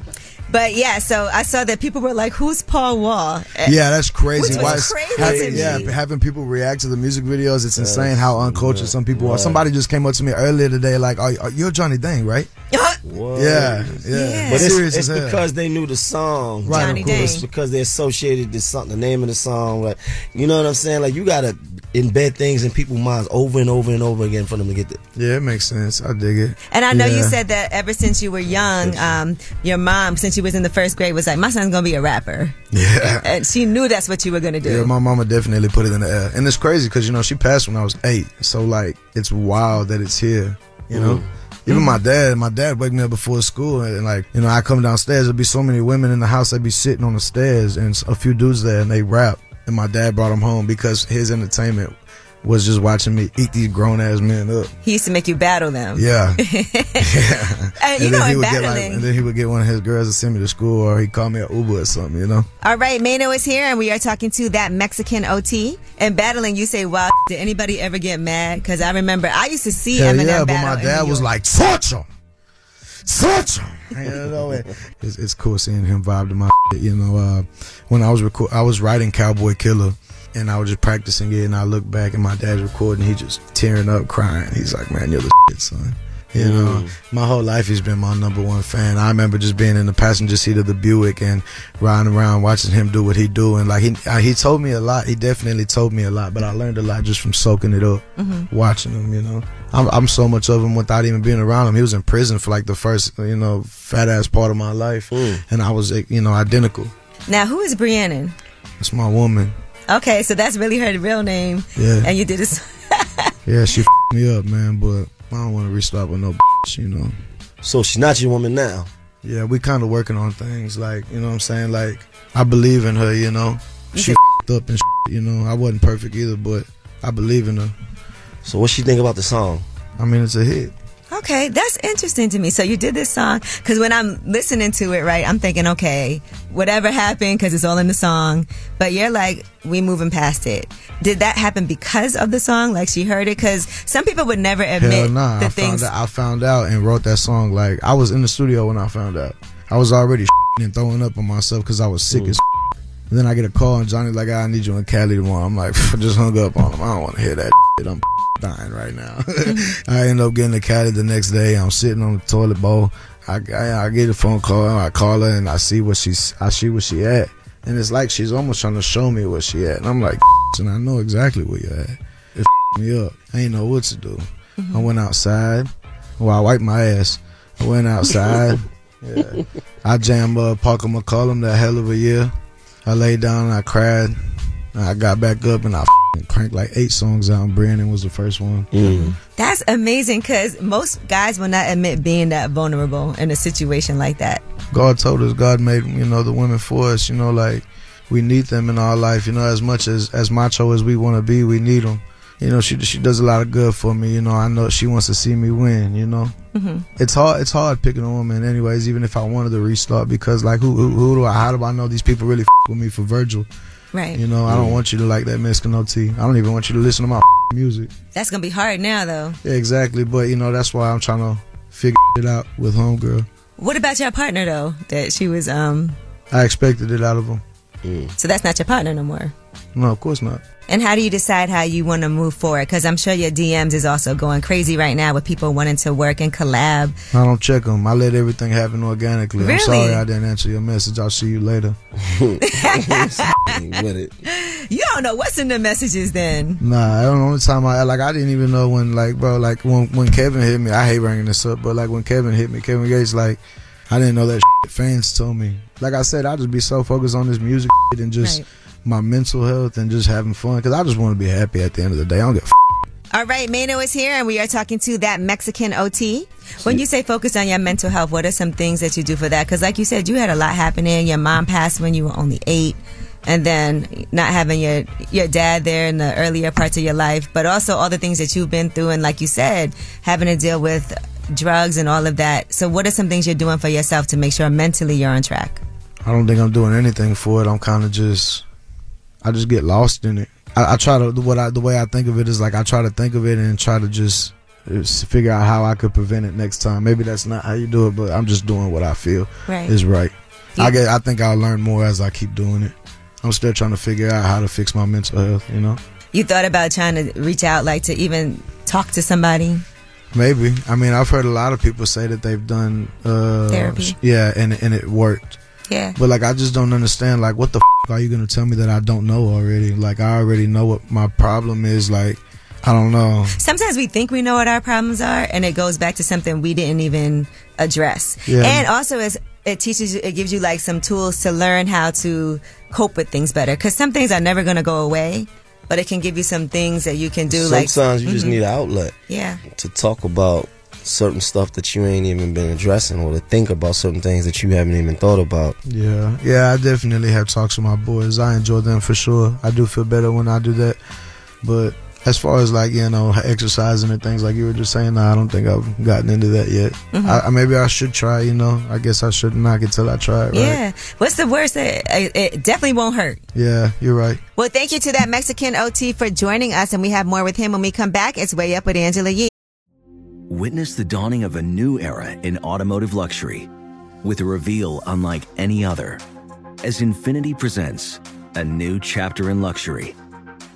Speaker 2: but yeah. So I saw that people were like, "Who's Paul Wall?" Uh,
Speaker 19: Yeah, that's crazy.
Speaker 2: Eh, Which was
Speaker 19: Why it's-
Speaker 2: crazy
Speaker 19: having-
Speaker 2: to me.
Speaker 19: yeah, having people react to the music videos, it's insane how uncultured some people are.
Speaker 20: Right.
Speaker 19: Somebody just came up to me earlier today, like, "Are oh, you're Johnny Dang, right?" Yeah, yeah. Yeah.
Speaker 20: But it's,
Speaker 19: Serious
Speaker 20: it's
Speaker 19: as hell.
Speaker 20: because they knew the song.
Speaker 19: Right, of Johnny course.
Speaker 20: It's
Speaker 19: Dang.
Speaker 20: because they associated the song, the name of the song. Like, you know what I'm saying? Like you gotta embed things in people's minds over and over and over again for them to get the.
Speaker 19: Yeah, it makes sense. I dig it.
Speaker 2: And I know you
Speaker 19: Yeah.
Speaker 2: said that ever since you were young, um, your mom, since you was in the first grade, was like, "My son's gonna be a rapper,"
Speaker 19: Yeah.
Speaker 2: and she knew that's what you were gonna do.
Speaker 19: Yeah, my mama definitely put it in the air, and it's crazy because you know she passed when I was eight, so like it's wild that it's here, you know.
Speaker 2: Mm-hmm.
Speaker 19: Even my dad, my dad wake me up before school, and, and, like you know, I come downstairs. There'd be so many women in the house. They'd be sitting on the stairs, and s- a few dudes there, and they rap. And my dad brought them home because his entertainment was just watching me eat these grown ass men up.
Speaker 2: He used to make you battle them.
Speaker 19: Yeah.
Speaker 2: And Uh, you know,
Speaker 19: he
Speaker 2: in
Speaker 19: would get
Speaker 2: battling.
Speaker 19: and then he would get one of his girls to send me to school, or he'd call me an Uber or something. You know.
Speaker 2: All right, Mano is here, and we are talking to that Mexican OT. And battling, you say, wow, did anybody ever get mad? Because I remember I used to see
Speaker 19: Hell
Speaker 2: Eminem
Speaker 19: yeah, but
Speaker 2: battle.
Speaker 19: my dad was like, torture, torture. You know, and it's, it's cool seeing him vibe to my. shit, You know, uh, when I was record, I was writing Cowboy Killer, and I was just practicing it, and I look back, and my dad's recording, he just tearing up, crying. He's like, "Man, you're the shit, son." You know, my whole life he's been my number one fan. I remember just being in the passenger seat of the Buick and riding around watching him do what he do, and like he uh, he told me a lot. He definitely told me a lot, but I learned a lot just from soaking it up,
Speaker 21: Mhm.
Speaker 19: watching him. You know, I'm, I'm so much of him without even being around him. He was in prison for like the first you know fat ass part of my life, and I was eh, you know identical.
Speaker 2: now, who is Brianna?
Speaker 19: That's my woman.
Speaker 2: Okay, so that's really her real name.
Speaker 19: Yeah.
Speaker 2: And you did this.
Speaker 19: Yeah, she f- me up, man, but I don't want to restart with no bitch, you know. So she's not your woman now. Yeah, we kind of working on things, like you know what I'm saying. Like I believe in her, you know. She f***ed up and shit, you know. I wasn't perfect either, but I believe in her. So what she think about the song? I mean, it's a hit.
Speaker 2: Okay, that's interesting to me. So you did this song because when I'm listening to it, right, I'm thinking, okay, whatever happened because it's all in the song. But you're like, we moving past it. Did that happen because of the song? Like she heard it? Because some people would never admit
Speaker 19: Hell nah!
Speaker 2: the
Speaker 19: I
Speaker 2: things.
Speaker 19: found out. I found out and wrote that song. Like I was in the studio when I found out. I was already and throwing up on myself because I was sick as. And then I get a call and Johnny like, "Ah, I need you in Cali tomorrow. I'm like, I just hung up on him. I don't want to hear that. Shit. I'm dying right now. I end up getting to Cali the next day. I'm sitting on the toilet bowl. I, I, I get a phone call. I call her and I see what she's. I see where she at. And it's like she's almost trying to show me where she at. And I'm like, and I know exactly where you at. It me up. I ain't know what to do. I went outside. Well, I wiped my ass. I went outside. yeah. I jammed uh, Parker McCollum that hell of a year. I laid down and I cried. And I got back up and I f***ing cranked like eight songs out. And Brandon was the first one.
Speaker 2: That's amazing because most guys will not admit being that vulnerable in a situation like that.
Speaker 19: God told us God made you know the women for us. You know, like we need them in our life. You know, as much as as macho as we want to be, we need them. You know, she she does a lot of good for me. You know, I know she wants to see me win. You know,
Speaker 22: Mhm.
Speaker 19: it's hard it's hard picking a woman. Anyways, even if I wanted to restart, because like who who, who do I how do I know these people really f- with me for Virgil?
Speaker 2: Right.
Speaker 19: You know, I don't want you to like that Mexican OT. I don't even want you to listen to my f- music.
Speaker 2: That's going to be hard now, though.
Speaker 19: Yeah, exactly. But you know, that's why I'm trying to figure it out with homegirl.
Speaker 2: What about your partner, though? That she was, um,
Speaker 19: I expected it out of him.
Speaker 2: so that's not your partner no more.
Speaker 19: No, of course not.
Speaker 2: And how do you decide how you want to move forward? Because I'm sure your DMs is also going crazy right now with people wanting to work and collab.
Speaker 19: I don't check them. I let everything happen organically.
Speaker 2: Really?
Speaker 19: I'm sorry I didn't answer your message. I'll see you later.
Speaker 2: You don't know what's in the messages then.
Speaker 19: Nah, I don't know. The time I like, I didn't even know when like, bro, like when when Kevin hit me. I hate bringing this up, but like when Kevin hit me, Kevin Gates, like, I didn't know that shit fans told me. Like I said, I just be so focused on this music shit and just my mental health and just having fun because I just want to be happy at the end of the day. I don't give a
Speaker 2: All right, Mano is here, and we are talking to that Mexican OT. When you say focus on your mental health, what are some things that you do for that? Because, like you said, you had a lot happening. Your mom passed when you were only eight, and then not having your your dad there in the earlier parts of your life, but also all the things that you've been through, and like you said, having to deal with drugs and all of that. So, what are some things you're doing for yourself to make sure mentally you're on track?
Speaker 19: I don't think I'm doing anything for it. I'm kind of just, I just get lost in it. I, I try to what I the way I think of it is like I try to think of it and try to just, just figure out how I could prevent it next time. Maybe that's not how you do it, but I'm just doing what I feel
Speaker 23: Right.
Speaker 19: is right. I get. I think I'll learn more as I keep doing it. I'm still trying to figure out how to fix my mental health. You know,
Speaker 2: You thought about trying to reach out, like to even talk to somebody.
Speaker 19: maybe. I mean, I've heard a lot of people say that they've done uh,
Speaker 2: Therapy.
Speaker 19: Yeah, and and it worked.
Speaker 2: Yeah.
Speaker 19: But like, I just don't understand. Like, what the f- are you gonna tell me that I don't know already? Like, I already know what my problem is. Like, I don't know.
Speaker 2: Sometimes we think we know what our problems are, and it goes back to something we didn't even address.
Speaker 19: Yeah.
Speaker 2: And also, it's, it teaches you, it gives you like some tools to learn how to cope with things better. Because some things are never going to go away, but it can give you some things that you can do.
Speaker 20: Sometimes
Speaker 2: like
Speaker 20: you just
Speaker 2: Mhm.
Speaker 20: need an outlet
Speaker 2: Yeah.
Speaker 20: to talk about certain stuff that you ain't even been addressing or to think about certain things that you haven't even thought about.
Speaker 19: Yeah, yeah, I definitely have talks with my boys. I enjoy them for sure. I do feel better when I do that. But as far as like you know exercising and things like you were just saying, nah, I don't think I've gotten into that yet.
Speaker 2: Mhm.
Speaker 19: I, I, maybe I should try. You know, I guess I shouldn't knock it till I try it. Right?
Speaker 2: Yeah. What's the worst? That it, it definitely won't hurt.
Speaker 19: Yeah, you're right.
Speaker 2: Well, thank you to that Mexican OT for joining us, and we have more with him when we come back. It's Way Up with Angela Yee.
Speaker 10: Witness the dawning of a new era in automotive luxury with a reveal unlike any other as Infinity presents a new chapter in luxury,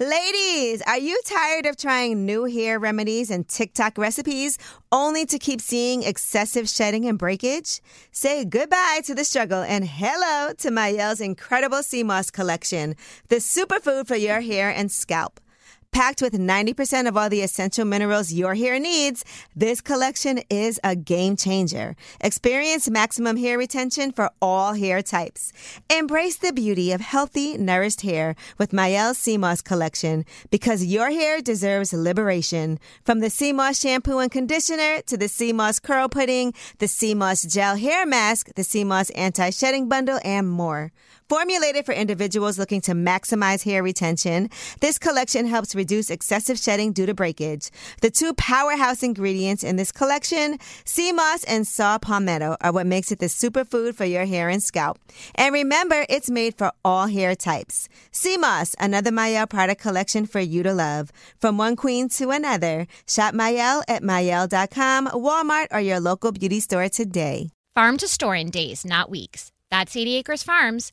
Speaker 2: Ladies, are you tired of trying new hair remedies and TikTok recipes only to keep seeing excessive shedding and breakage? Say goodbye to the struggle and hello to Mayelle's incredible sea moss collection, the superfood for your hair and scalp. Packed with 90% of all the essential minerals your hair needs, this collection is a game changer. Experience maximum hair retention for all hair types. Embrace the beauty of healthy, nourished hair with Mayel CMOS collection because your hair deserves liberation. From the CMOS shampoo and conditioner to the CMOS curl pudding, the CMOS gel hair mask, the CMOS anti-shedding bundle, and more. Formulated for individuals looking to maximize hair retention, this collection helps reduce excessive shedding due to breakage. The two powerhouse ingredients in this collection, sea moss and saw palmetto, are what makes it the superfood for your hair and scalp. And remember, it's made for all hair types. Sea moss, another Mayel product collection for you to love. From one queen to another, shop Mayel at Mayel.com, Walmart, or your local beauty store today.
Speaker 15: Farm to store in days, not weeks. That's 80 Acres Farms.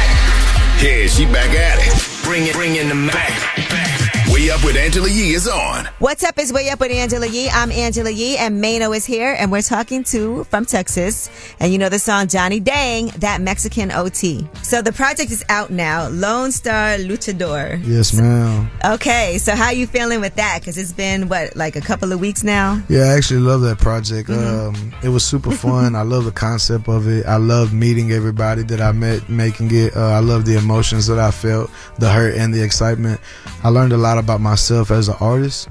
Speaker 6: Yeah, she back at it. Bring it, bring in the back. Way up with Angela Yee is on.
Speaker 2: What's up is way up with Angela Yee. I'm Angela Yee and Mano is here and we're talking to from Texas. And you know the song Johnny Dang, that Mexican OT. So the project is out now, Lone Star Luchador.
Speaker 19: Yes, ma'am.
Speaker 2: Okay, so how you feeling with that? Because it's been what, like a couple of weeks now?
Speaker 19: Yeah, I actually love that project.
Speaker 2: Mhm.
Speaker 19: Um, it was super fun. I love the concept of it. I love meeting everybody that I met, making it. Uh, I love the emotions that I felt, the hurt and the excitement. I learned a lot about myself as an artist.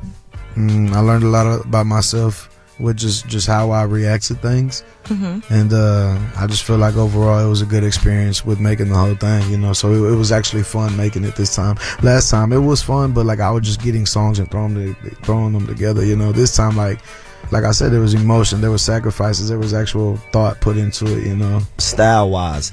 Speaker 19: Mm, I learned a lot about myself with just just how I react to things.
Speaker 21: Mhm.
Speaker 19: And uh, I just feel like overall it was a good experience with making the whole thing, you know. So it, it was actually fun making it this time. Last time it was fun, but like I was just getting songs and throwing them, throwing them together, you know. This time, like like I said, there was emotion, there was sacrifices, there was actual thought put into it, you know.
Speaker 20: Style wise,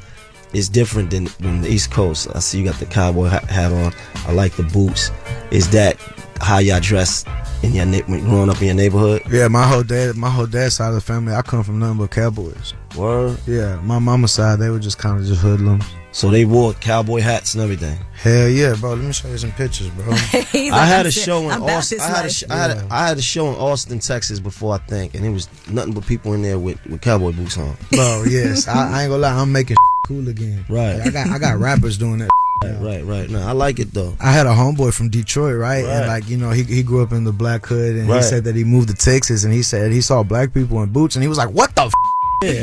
Speaker 20: it's different than, than the East Coast. I see you got the cowboy ha- hat on. I like the boots. Is that how y'all dress in your ne- when growing up in your neighborhood?
Speaker 19: Yeah, my whole dad, my whole dad side of the family, I come from nothing but cowboys.
Speaker 20: Word.
Speaker 19: Yeah, my mama's side, they were just kind of just hoodlums.
Speaker 20: So they wore cowboy hats and everything.
Speaker 19: Hell yeah, bro. Let me show you some pictures, bro.
Speaker 20: I had a show in Austin. I had a, sh- I, had a, I had a show in Austin, Texas before I think, and it was nothing but people in there with, with cowboy boots on.
Speaker 19: Bro, yes, I, I ain't gonna lie, I'm making cool again.
Speaker 20: Right.
Speaker 19: Like, I got I got rappers doing that.
Speaker 20: Right, right, right. No, I like it though.
Speaker 19: I had a homeboy from Detroit, right?
Speaker 20: Right.
Speaker 19: And like you know, he he grew up in the black hood, and
Speaker 20: Right.
Speaker 19: he said that he moved to Texas, and he said he saw black people in boots, and he was like, "What the?" F-?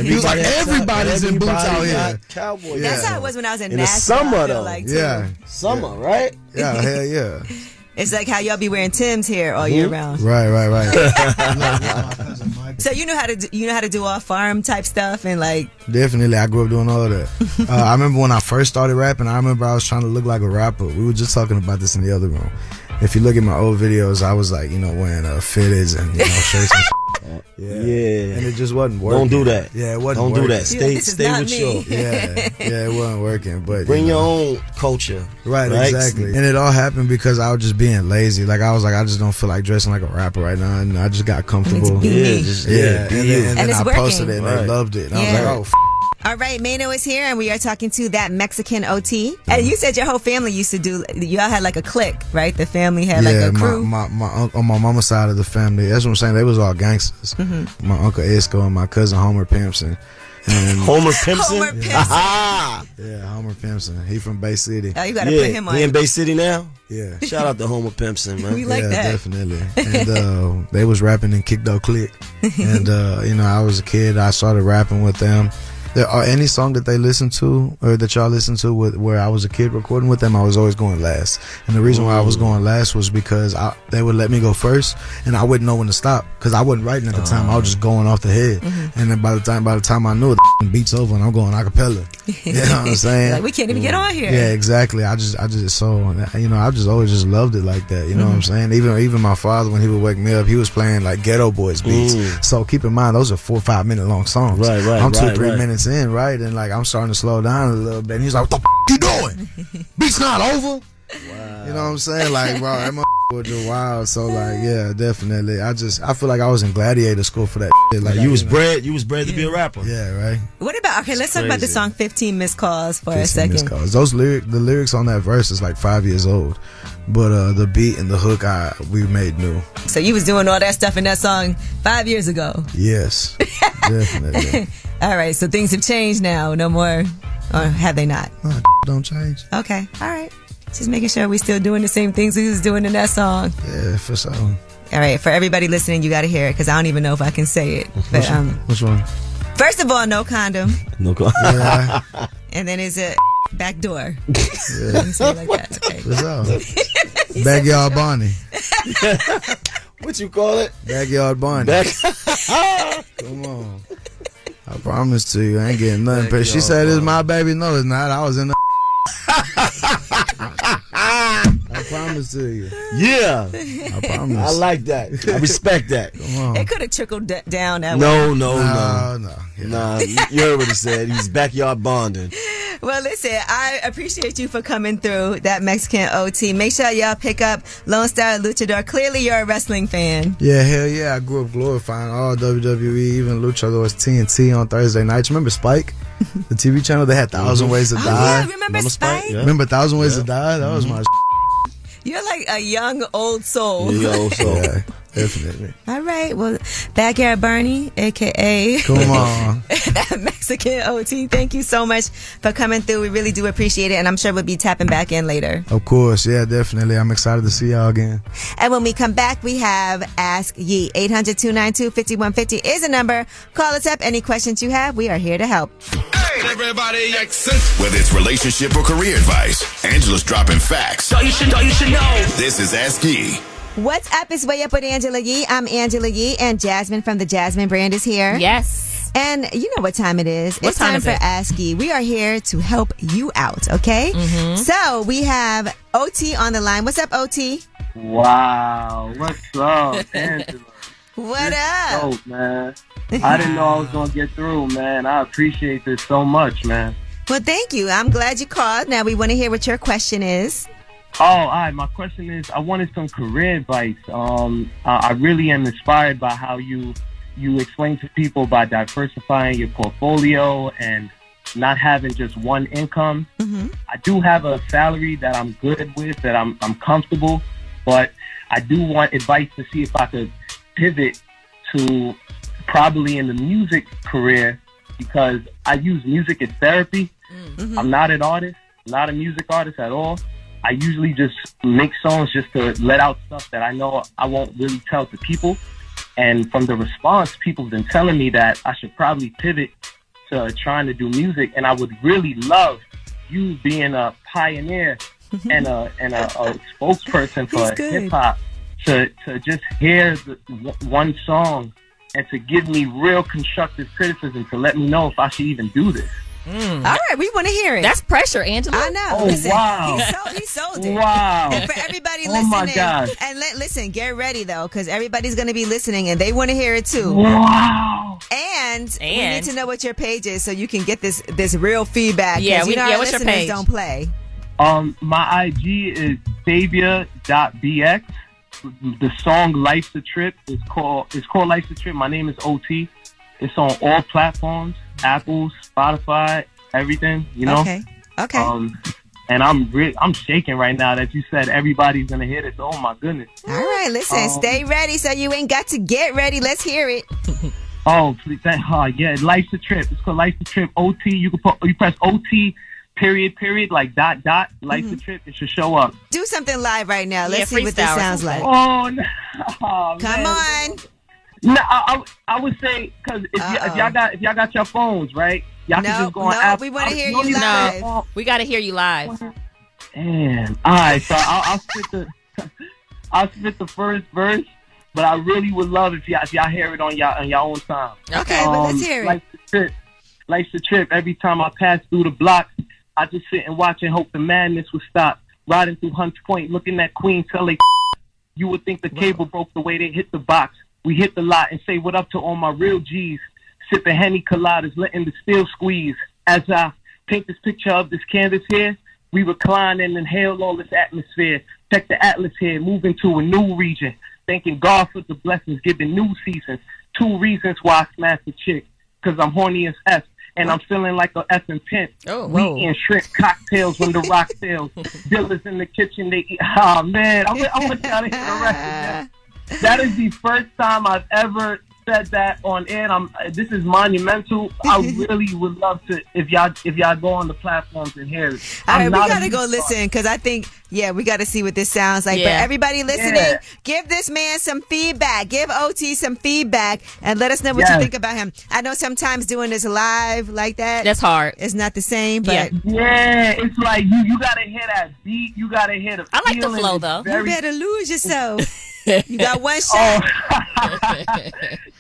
Speaker 19: he was like, "Everybody's in boots out here."
Speaker 20: Cowboy.
Speaker 19: Oh, Yeah.
Speaker 2: That's how it was when I was in,
Speaker 19: In the
Speaker 2: Nashville. I
Speaker 19: summer,
Speaker 2: feel
Speaker 19: though.
Speaker 2: Like,
Speaker 19: Yeah.
Speaker 2: too.
Speaker 20: Summer, right?
Speaker 19: Yeah, Mm-hmm. hell yeah.
Speaker 2: It's like how y'all be wearing Tim's here all year round.
Speaker 19: Right, right, right.
Speaker 2: So you know how to do, you know how to do all farm type stuff and like
Speaker 19: Definitely, I grew up doing all of that. Uh, I remember when I first started rapping. I remember I was trying to look like a rapper. We were just talking about this in the other room. If you look at my old videos, I was like, you know, wearing uh, fitteds and you know, shirts. And yeah. yeah, and it just wasn't working.
Speaker 20: Don't do that.
Speaker 19: Yeah, it wasn't.
Speaker 20: Don't
Speaker 19: working.
Speaker 20: do that. Stay, stay with your.
Speaker 19: Yeah, yeah, it wasn't working. But
Speaker 20: Bring
Speaker 19: you
Speaker 20: your
Speaker 19: know.
Speaker 20: own culture.
Speaker 19: Right, exactly. And it all happened because I was just being lazy. Like I was like, I just don't feel like dressing like a rapper right now, and I just got comfortable.
Speaker 20: be Yeah, me. just-
Speaker 19: yeah.
Speaker 20: yeah,
Speaker 19: And
Speaker 20: be
Speaker 19: then,
Speaker 20: you.
Speaker 19: and
Speaker 2: And
Speaker 19: then
Speaker 2: it's
Speaker 19: I posted it,
Speaker 20: working.
Speaker 19: and
Speaker 20: Right.
Speaker 19: they loved it. And
Speaker 2: Yeah.
Speaker 19: I was like, oh,
Speaker 2: All right, Mano is here, and we are talking to that Mexican OT. And you said your whole family used to do. Y'all had like a clique, right? The family
Speaker 19: oh,
Speaker 2: had
Speaker 19: yeah.
Speaker 2: like a crew.
Speaker 19: my, my my uncle on my mama's side of the family. That's what I'm saying. They was all gangsters.
Speaker 2: Mhm.
Speaker 19: My uncle Esco and my cousin Homer Pimpson. And
Speaker 20: Homer Pimpson? Homer Pimpson.
Speaker 19: yeah. Homer Pimpson. He from Bay City.
Speaker 2: Oh, you
Speaker 20: yeah, He in Bay City now.
Speaker 19: Yeah.
Speaker 20: Shout out to Homer Pimpson, man.
Speaker 19: yeah, definitely. And uh, they was rapping in Kick Do Click, and uh, you know I was a kid. I started rapping with them. There are any song that they listen to or that y'all listen to with where I was a kid recording with them, I was always going last. And the reason why I was going last was because I, they would let me go first, and I wouldn't know when to stop because I wasn't writing at the time. I was
Speaker 2: Uh.
Speaker 19: just going off the head,
Speaker 2: Mm-hmm.
Speaker 19: and then by the time by the time I knew it, the beats over, and I'm going acapella. You know what I'm saying?
Speaker 2: Like, we can't even get on here.
Speaker 19: Yeah, exactly. I just, I just, so you know, I just always just loved it like that. You know what I'm
Speaker 2: Mhm.
Speaker 20: Mm-hmm.
Speaker 19: saying? Even, even my father when he would wake me up, he was playing like Ghetto Boys beats.
Speaker 20: Ooh.
Speaker 19: So keep in mind, those are four, five minute long songs.
Speaker 20: Right, right,
Speaker 19: I'm two,
Speaker 20: right,
Speaker 19: three
Speaker 20: right.
Speaker 19: minutes in, right, and like I'm starting to slow down a little bit. And he's like, "What the f- you doing? Beat's not over." You know what I'm saying? Like, bro, that motherfucker was just wild. So like, yeah, definitely. I just, I feel like I was in gladiator school for that. Shit. Like,
Speaker 20: you was
Speaker 19: know.
Speaker 20: bred. You was bred to be a rapper.
Speaker 19: Yeah, right.
Speaker 2: What about okay? Let's talk about the
Speaker 19: crazy.
Speaker 2: song "15 Missed Calls" for a
Speaker 19: 15
Speaker 2: second.
Speaker 19: missed calls. Those lyric, the lyrics on that verse is like five years old, but uh, the beat and the hook, I we made new.
Speaker 2: So you was doing all that stuff in that song five years ago.
Speaker 19: Yes, definitely.
Speaker 2: all right, so things have changed now. No more, or have they not?
Speaker 19: Oh, don't change.
Speaker 2: Okay, all right. Just making sure we still doing the same things we was doing in that song.
Speaker 19: Yeah, for sure.
Speaker 2: All right, for everybody listening, you got to hear it because I don't even know if I can say it. But
Speaker 19: Which,
Speaker 2: um,
Speaker 19: which one?
Speaker 2: first of all, no condom,
Speaker 20: No go.
Speaker 19: Yeah.
Speaker 2: and then is it back door?
Speaker 19: Yeah.
Speaker 2: Say it like that. Okay.
Speaker 19: What's up? Backyard Bonnie.
Speaker 20: what you call it?
Speaker 19: Backyard Bonnie.
Speaker 20: Back-
Speaker 19: Come on. I promise to you, I ain't getting nothing. But she said, "It's my baby." No, it's not. I was in the. I promise to you.
Speaker 20: Yeah.
Speaker 19: I promise.
Speaker 20: I like that. I respect that.
Speaker 19: Come on.
Speaker 2: It could have trickled d- down that way. Uh,
Speaker 20: No, no,
Speaker 19: No,
Speaker 20: no,
Speaker 19: no.
Speaker 20: Nah, you heard what he said. He's backyard bonding.
Speaker 2: Well, listen, I appreciate you for coming through that Mexican OT. Make sure y'all pick up Lone Star Luchador. Clearly, you're a wrestling fan.
Speaker 19: Yeah, hell yeah. I grew up glorifying all WWE, even Luchadors TNT on Thursday nights. Remember Spike? The TV channel, they had 1000 Ways to
Speaker 2: Oh,
Speaker 19: Die.
Speaker 2: yeah, remember Remember Spike? Spike, yeah. Mm-hmm.
Speaker 19: Remember 1000 Ways to Die? That was my
Speaker 2: You're like a young old soul.
Speaker 19: Yeah, definitely.
Speaker 2: All right. Well, Backyard Bernie, aka
Speaker 19: Come on.
Speaker 2: that Mexican OT. Thank you so much for coming through. We really do appreciate it, and I'm sure we'll be tapping back in later.
Speaker 19: Of course. Yeah, definitely. I'm excited to see y'all again.
Speaker 2: And when we come back, we have Ask Ye. 800 292 5150 is a number. Call us up. Any questions you have, we are here to help.
Speaker 4: Everybody accent.
Speaker 6: Whether it's relationship or career advice, Angela's dropping facts.
Speaker 4: So you should know, you should know.
Speaker 6: This is Ask E. Yee.
Speaker 2: What's up? It's Way Up with Angela Yee. I'm Angela Yee, and Jasmine from the Jasmine brand is here.
Speaker 7: Yes.
Speaker 2: And you know what time it is.
Speaker 7: What
Speaker 2: it's
Speaker 7: time
Speaker 2: time
Speaker 7: is
Speaker 2: for
Speaker 7: it?
Speaker 2: Ask Yee. We are here to help you out, okay?
Speaker 7: Mm-hmm.
Speaker 2: So we have OT on the line. What's up, OT?
Speaker 21: Wow, what's up, Angela?
Speaker 2: What up?
Speaker 21: Dope, man. I didn't know I was gonna get through, man. I appreciate this so much, man.
Speaker 2: Well, thank you. I'm glad you called. Now we want to hear what your question is.
Speaker 21: Oh, all right. My question is, I wanted some career advice. Um, I I really am inspired by how you you explain to people by diversifying your portfolio and not having just one income. I do have a salary that I'm good with, that I'm I'm comfortable, but I do want advice to see if I could pivot to probably in the music career because I use music as therapy. I'm not an artist, not a music artist at all. I usually just make songs just to let out stuff that I know I won't really tell to people. And from the response, people have been telling me that I should probably pivot to trying to do music. And I would really love you being a pioneer and a and a, a spokesperson for hip hop to to just hear the, w- one song and to give me real constructive criticism to let me know if I should even do this.
Speaker 2: All right, we want to hear it.
Speaker 7: That's pressure, Angela.
Speaker 2: I know.
Speaker 21: Oh,
Speaker 2: listen,
Speaker 21: wow.
Speaker 2: He sold, he sold it.
Speaker 21: Wow.
Speaker 2: And for everybody
Speaker 21: Oh,
Speaker 2: listening,
Speaker 21: my gosh.
Speaker 2: and let, listen, get ready though, because everybody's going to be listening and they want to hear it too.
Speaker 21: Wow.
Speaker 2: And, we need
Speaker 7: And-
Speaker 2: to know what your page is so you can get this this real feedback. 'cause
Speaker 7: Yeah, we-
Speaker 2: you know
Speaker 7: yeah,
Speaker 2: our
Speaker 7: what's your
Speaker 2: listeners
Speaker 7: page?
Speaker 2: Don't play.
Speaker 21: Um, my IG is savior.bx. The song "Life's a Trip" is called it's called "Life's a Trip." My name is OT. It's on all platforms: Apple, Spotify, everything. You know.
Speaker 2: Okay. Okay.
Speaker 21: Um, and I'm re- I'm shaking right now that you said everybody's gonna hear this. Oh my goodness.
Speaker 2: All right, listen,
Speaker 21: Um,
Speaker 2: stay ready so you ain't got to get ready. Let's hear it.
Speaker 21: Oh, please, that, oh, yeah, life's a trip. It's called life's a trip. OT. You can put, you press OT, period, period, like dot dot. Life's
Speaker 2: Mm-hmm.
Speaker 21: a trip. It should show up.
Speaker 2: Do something live right now.
Speaker 21: Yeah,
Speaker 2: Let's see what this
Speaker 21: freestyle or
Speaker 2: sounds like.
Speaker 21: something. Oh, no. Oh,
Speaker 2: Come
Speaker 21: man.
Speaker 2: on.
Speaker 21: No, I, I, I would say because if, y- if
Speaker 7: Uh-oh.
Speaker 21: y'all got if y'all got your phones right, y'all
Speaker 7: Uh-uh. No,
Speaker 21: can just go on.
Speaker 7: no,
Speaker 21: Apple.
Speaker 7: we wanna
Speaker 21: I-
Speaker 7: hear
Speaker 21: no,
Speaker 7: you
Speaker 21: don't.
Speaker 7: live. We got to hear you live.
Speaker 21: Damn. All right, so I'll, I'll spit the I'll spit the first verse, but I really would love if y'all if y'all hear it on y'all on y'all own time.
Speaker 2: Okay, but let's hear it.
Speaker 21: Life's a trip. Life's a trip. Every time I pass through the block, I just sit and watch and hope the madness will stop. Riding through Hunts Point, looking at Queen till they you would think the cable broke the way they hit the box. We hit the lot and say what up to all my real G's. Sipping Henny Coladas, letting the steel squeeze. As I paint this picture of this canvas here, we recline and inhale all this atmosphere. Check the atlas here, moving to a new region. Thanking God for the blessings, giving new seasons. Two reasons why I smashed the chick. Cause I'm horny as F. And I'm feeling like a F and pimp.
Speaker 7: Oh,
Speaker 21: we
Speaker 7: whoa.
Speaker 21: eating shrimp cocktails when the rock sells. Dealers in the kitchen, they eat. Oh, man. I want, I want y'all to hear the rest of that that is the first time I've ever said that on air. and I'm, uh, this is monumental. I really would love to if y'all if y'all go on the platforms and hear it.
Speaker 2: All right,
Speaker 21: I'm
Speaker 2: we
Speaker 21: not a
Speaker 2: gotta go
Speaker 21: music
Speaker 2: listen because I think, yeah, we gotta see what this sounds like.
Speaker 21: Yeah.
Speaker 2: But everybody listening,
Speaker 21: Yeah.
Speaker 2: give this man some feedback. Give OT some feedback and let us know what you
Speaker 21: Yes.
Speaker 2: think about him. I know sometimes doing this live like that,
Speaker 7: that's hard.
Speaker 2: It's not the same,
Speaker 21: Yeah.
Speaker 2: but
Speaker 21: Yeah, it's like you you gotta hear that beat. You gotta hear the.
Speaker 2: I like the
Speaker 21: feeling.
Speaker 2: flow,
Speaker 21: It's
Speaker 2: though. You
Speaker 21: very-
Speaker 2: better lose yourself. you got one shot.
Speaker 21: Oh.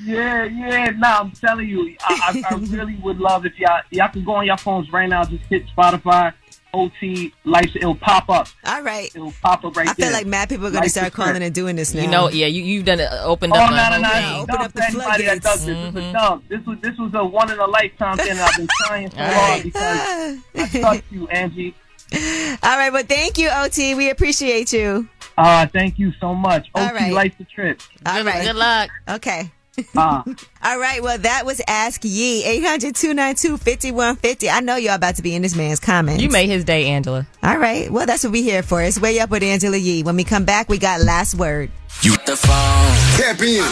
Speaker 21: Yeah, yeah. No, I'm telling you, I, I, I really would love if y'all y'all can go on your phones right now. Just hit Spotify, OT, lights. It'll pop up.
Speaker 2: All right,
Speaker 21: it'll pop up right
Speaker 2: I
Speaker 21: there.
Speaker 2: feel like mad people are gonna
Speaker 21: Life
Speaker 2: start
Speaker 21: is
Speaker 2: calling
Speaker 21: fair.
Speaker 2: and doing this now.
Speaker 7: You know, yeah, you, you've done it, uh, opened
Speaker 21: Oh
Speaker 7: up.
Speaker 21: no
Speaker 7: a
Speaker 21: no
Speaker 7: whole
Speaker 21: no!
Speaker 7: thing.
Speaker 21: no. Open up the anybody that does this. This is a dub. This was this was a one in a lifetime thing. that I've been trying so hard because I trust you, Angie.
Speaker 2: Ah. All right, well, thank you, OT. We appreciate you.
Speaker 21: Uh, thank you so much.
Speaker 2: All
Speaker 21: OT
Speaker 2: right.
Speaker 21: likes the trip.
Speaker 2: All right.
Speaker 7: Good luck.
Speaker 2: Okay.
Speaker 21: Uh,
Speaker 2: All right, well, that was Ask Yee, 800 292 5150. I know y'all about to be in this man's comments.
Speaker 7: You made his day, Angela.
Speaker 2: All right, well, that's what we here for. It's Way Up with Angela Yee. When we come back, we got Last Word.
Speaker 6: You the phone. Tap in.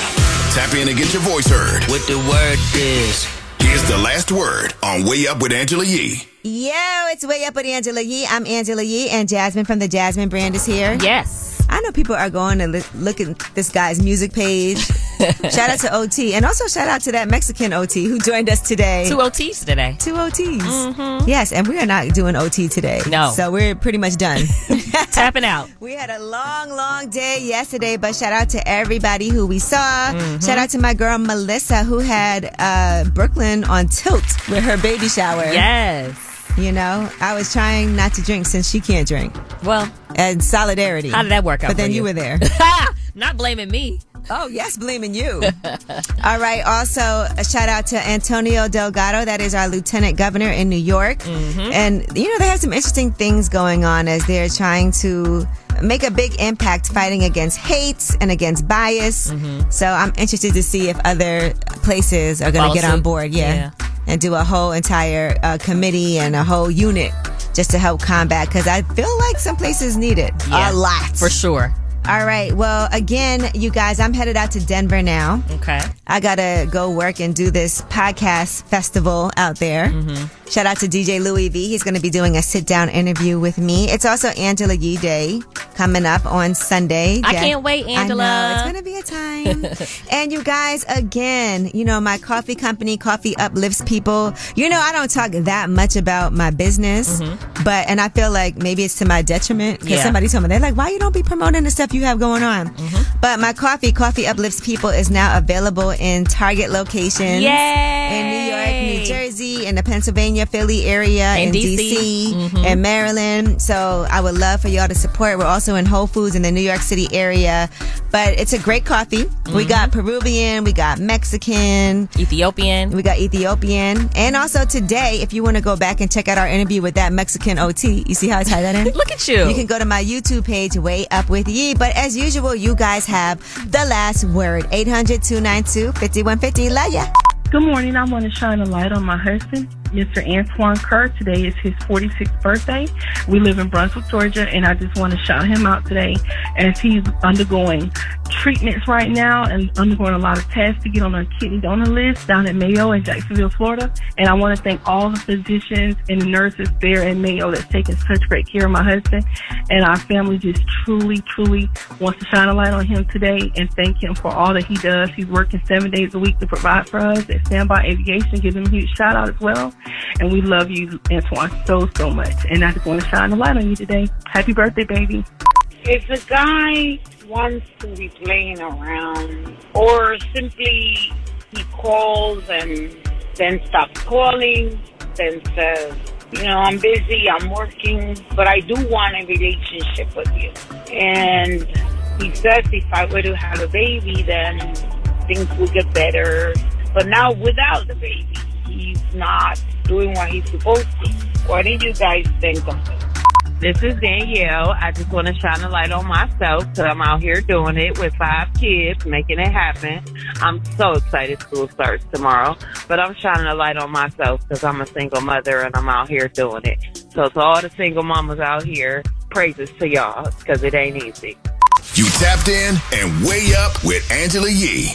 Speaker 6: Tap in and get your voice heard. With the word is. Here's the last word on Way Up with Angela Yee.
Speaker 2: Yo, it's Way Up with Angela Yee. I'm Angela Yee, and Jasmine from the Jasmine brand is here.
Speaker 7: Yes.
Speaker 2: I know people are going to li- look at this guy's music page. shout out to OT, and also shout out to that Mexican OT who joined us today.
Speaker 7: Two OTs today.
Speaker 2: Two OTs. Yes, and we are not doing OT today.
Speaker 7: No.
Speaker 2: So we're pretty much done.
Speaker 7: Tapping out.
Speaker 2: We had a long, long day yesterday, but shout out to everybody who we saw.
Speaker 7: Mm-hmm.
Speaker 2: Shout out to my girl Melissa who had uh, Brooklyn on tilt with her baby shower.
Speaker 7: Yes.
Speaker 2: You know, I was trying not to drink since she can't drink.
Speaker 7: Well,
Speaker 2: and solidarity.
Speaker 7: How did that work out
Speaker 2: But then
Speaker 7: for
Speaker 2: you
Speaker 7: you?
Speaker 2: were there.
Speaker 7: Not blaming me.
Speaker 2: Oh, yes, blaming you. All right. Also, a shout out to Antonio Delgado. That is our lieutenant governor in New York.
Speaker 7: Mm-hmm.
Speaker 2: And, you know, they have some interesting things going on as they're trying to make a big impact fighting against hate and against bias.
Speaker 7: Mm-hmm.
Speaker 2: So I'm interested to see if other places are going
Speaker 7: Follow
Speaker 2: to get on
Speaker 7: suit.
Speaker 2: board. Yeah.
Speaker 7: Yeah.
Speaker 2: And do a whole entire uh, committee and a whole unit just to help combat because I feel like some places need it a
Speaker 7: Yeah,
Speaker 2: lot.
Speaker 7: For sure.
Speaker 2: All right. Well, again, you guys, I'm headed out to Denver now.
Speaker 7: Okay.
Speaker 2: I gotta go work and do this podcast festival out there.
Speaker 7: Mm-hmm.
Speaker 2: Shout out to DJ Louis V. He's gonna be doing a sit down interview with me. It's also Angela Yee Day coming up on Sunday.
Speaker 7: I
Speaker 2: Yeah.
Speaker 7: can't wait,
Speaker 2: I know.
Speaker 7: Angela.
Speaker 2: It's gonna be a time. and you guys, again, you know, my coffee company, Coffee Uplifts People. You know, I don't talk that much about my business,
Speaker 7: Mhm.
Speaker 2: but, and I feel like maybe it's to my detriment because
Speaker 7: Yeah.
Speaker 2: somebody told me, they're like, why you don't be promoting the stuff you have going on? But my coffee, Coffee Uplifts People, is now available in Target locations. In New York, New Jersey, in the Pennsylvania, Philly area,
Speaker 7: And
Speaker 2: in
Speaker 7: DC.
Speaker 2: DC,
Speaker 7: Mhm.
Speaker 2: in Maryland. So I would love for y'all to support. We're also in Whole Foods in the New York City area. But it's a great coffee. We got Peruvian, we got Mexican,
Speaker 7: Mm-hmm. Ethiopian.
Speaker 2: We got Ethiopian. And also today, if you want to go back and check out our interview with that Mexican OT, you see how I tie that in?
Speaker 7: Look at you.
Speaker 2: You can go to my YouTube page, Way Up With Ye. But as usual, you guys have the last word 800 292 5150. Love ya.
Speaker 22: Good morning. I want to shine a light on my husband, Mr. Antoine Kerr. Today is his 46th birthday. We live in Brunswick, Georgia, and I just want to shout him out today as he's undergoing treatments right now and undergoing a lot of tests to get on a kidney donor list down at Mayo in Jacksonville, Florida. And I want to thank all the physicians and the nurses there in Mayo that's taking such great care of my husband. And our family just truly, truly wants to shine a light on him today and thank him for all that he does. He's working seven days a week to provide for us at Standby Aviation. Give him a huge shout out as well. And we love you, Antoine, so, so much. And I just want to shine a light on you today. Happy birthday, baby.
Speaker 1: If a guy wants to be playing around or simply he calls and then stops calling, then says, you know, I'm busy, I'm working, but I do want a relationship with you. And he says if I were to have a baby, then things would get better. But now without the baby, he's not doing what he's supposed to. What do you guys think of it?
Speaker 23: This is Danielle. I just want to shine a light on myself because I'm out here doing it with five kids, making it happen. I'm so excited school starts tomorrow, but I'm shining a light on myself because I'm a single mother and I'm out here doing it. So to all the single mamas out here, praises to y'all because it ain't easy.
Speaker 6: You tapped in and way up with Angela Yee.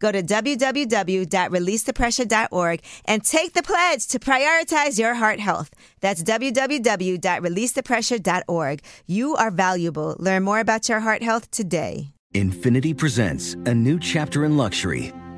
Speaker 2: Go to www.releasethepressure.org and take the pledge to prioritize your heart health. That's www.releasethepressure.org. You are valuable. Learn more about your heart health today.
Speaker 10: Infinity presents a new chapter in luxury,